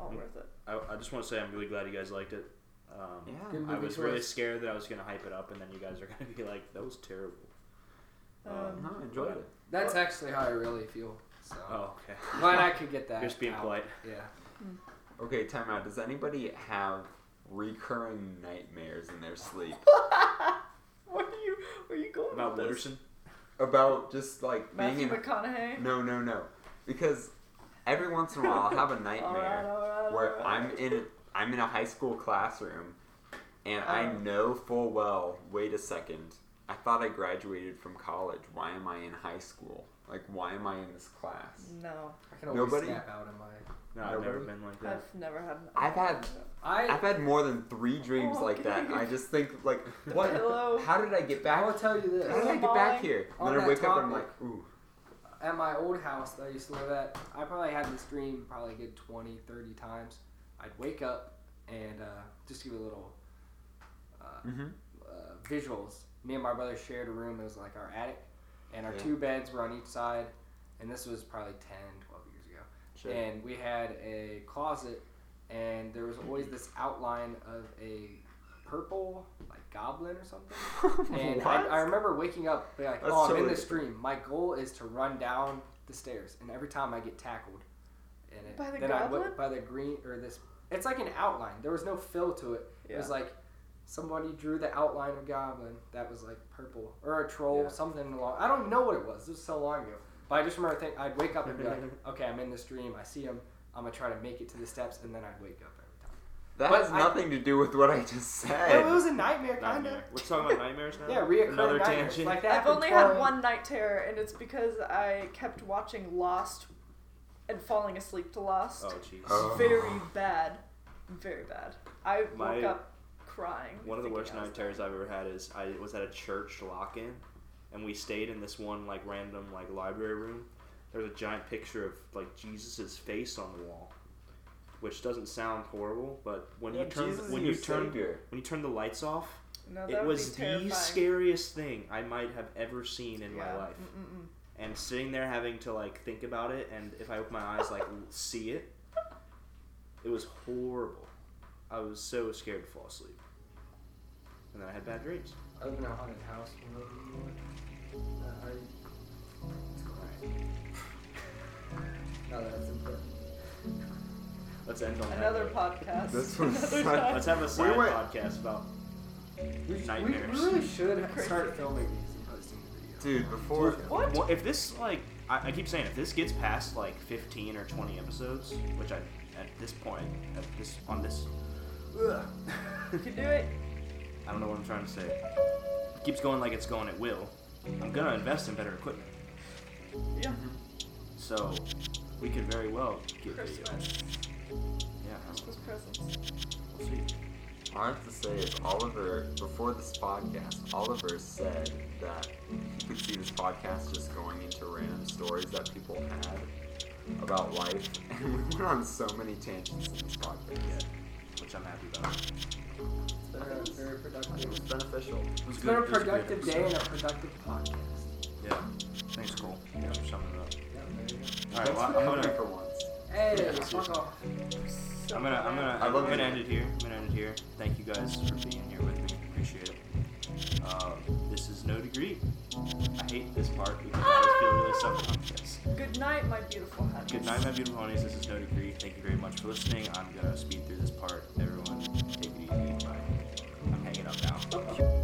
E: all
B: Mm.
E: worth it.
B: I, I just want to say I'm really glad you guys liked it. Um,
D: Yeah.
C: Good
B: I
C: movie
B: was really
C: choice.
B: scared that I was gonna hype it up, and then you guys are [LAUGHS] gonna be like, "That was terrible."
E: Um, [LAUGHS]
D: No, I enjoyed it.
C: That's actually how I really feel. So
B: Oh, okay.
C: glad I could get that.
B: Just being
C: out.
B: polite.
C: Yeah.
D: Okay, time out. Does anybody have recurring nightmares in
E: [LAUGHS]
D: their sleep
E: Where are you where are you going
B: About
E: with this?
B: Wooderson.
D: about just like being
E: Matthew
D: in?
E: McConaughey.
D: No, no, no. Because every once in a while, I'll have
E: All
D: a
E: right, [LAUGHS]
D: nightmare
E: all right,
D: where
E: all
D: I'm
E: right.
D: in I'm in a high school classroom, and I
E: Um.
D: know full well. Wait a second. I thought I graduated from college. Why am I in high school? Like, why am I in this class?
E: No,
C: I can always
D: Nobody?
C: snap out in my
B: No, I've never
D: Nobody?
B: been like that.
E: I've never had. An
D: I've had-
C: I
D: I've had more than three dreams
E: Oh, [LAUGHS]
D: like that. I
E: okay.
D: just think like, what?
E: pillow.
D: How did I get back?
C: I will tell you
D: How did I
C: this.
D: get back here?
C: On
D: And then I
C: that
D: wake up and I'm
C: topic-
D: like, ooh.
C: At my old house that I used to live at, I probably had this dream probably a good 20, 30 times. I'd wake up and uh, just give you a little uh,
D: Mm-hmm.
C: uh, visuals. Me and my brother shared a room. It was like our attic. And our
D: Yeah.
C: two beds were on each side. And this was probably 10, 12 years ago. and we had a closet and there was always this outline of a purple like goblin or
D: [LAUGHS]
C: something and I, I remember waking up being like
D: That's
C: oh i'm in
D: totally
C: this dream my goal is to run down the stairs and every time i get tackled and it,
E: By the
C: then i
E: goblin?
C: went by the green or this it's like an outline there was no fill to it it was like somebody drew the outline of goblin that was like purple or a troll
D: Yeah.
C: something along i [LAUGHS] don't know what it was it was so long ago but i just remember thinking i'd wake up and be like okay i'm in this dream i see him I'm gonna try to make it to the steps, and then I'd wake up every time.
D: That
C: But
D: has
C: I-
D: nothing to do with what I just said.
C: No, it was a nightmare, kind of.
B: Nightmare. Let's talk about nightmares now.
C: Yeah, reoccurring
B: Another
C: nightmares.
B: tangent.
C: Like that
E: I've
C: happened
E: only
C: 12
E: had one night terror, and it's because I kept watching Lost and falling asleep to Lost.
B: oh, jeez.
D: Oh.
E: Very bad. Very bad. I
B: My-
E: woke up crying.
B: One of the
E: thinking
B: worst
E: I was
B: night terrors I've ever had is I was at a church lock-in, and we stayed in this one like random like library room. There's a giant picture of like Jesus's face on the wall, which doesn't sound horrible, but when
D: Yeah,
B: you turn
D: Jesus is
B: when
D: your
B: you turn
D: savior.
B: when you turn the lights off,
E: No, Oh, that
B: it
E: would
B: was
E: be terrifying.
B: the scariest thing I might have ever seen in my
E: Yeah.
B: life.
E: Mm-mm-mm.
B: And sitting there having to like think about it, and if I open my eyes, like l- see it, it was horrible. I was so scared to fall asleep, and then I had bad dreams.
C: I live in a haunted house. You know, you know, uh, I- it's quiet. [LAUGHS] No, that's important.
B: Let's end on
E: Another
B: that. note.
E: podcast.
D: This
E: [LAUGHS]
D: one's
E: Another
D: not-
E: time.
B: Let's have a side
D: went-
B: podcast about.
C: We, should- we
B: Nightmares.
C: really should
E: [LAUGHS] Crazy.
C: start filming these and posting the video.
D: Dude, before
E: What?
B: Well, if this like, I, I keep saying, if this gets past like fifteen or twenty episodes, which I at this point, at this on this,
E: You can do it.
B: I don't know what I'm trying to say. It keeps going like it's going. It will. I'm gonna invest in better equipment,
E: Yeah.
B: so we could very well get video.
E: Christmas.
B: Yeah, I don't know.
E: Christmas presents.
B: we'll see.
D: I have to say is Oliver before this podcast, Oliver said that you could see this podcast just going into random stories that people had about life, [LAUGHS] and we went on so many tangents in this podcast.
B: Yeah, which I'm happy about.
C: It's been a very
D: I think
C: productive.
D: it's beneficial.
B: It was
C: It's been
B: it
C: a
B: was
C: productive
B: episode.
C: day and a productive podcast.
B: Yeah. Thanks, Cole. Yeah, for summing it up.
C: Yeah, there you go.
B: All right,
D: Thanks
B: well, I'm
D: for helping
B: gonna.
D: for once.
C: Hey,
B: Yeah.
C: fuck off.
E: So
B: I'm gonna, I'm
E: bad.
B: gonna,
D: I
B: I'm
D: love
B: gonna
D: it.
B: end it here. I'm gonna end it here. Thank you guys for being here with me. Appreciate it. Uh, this is no degree. I hate this part because I always feel really self-conscious.
E: Good night, my beautiful honey.
B: Good night, my beautiful honeys. This is no degree. Thank you very much for listening. I'm gonna speed through this part. Everyone, take it easy. Bye. I'm hanging up now.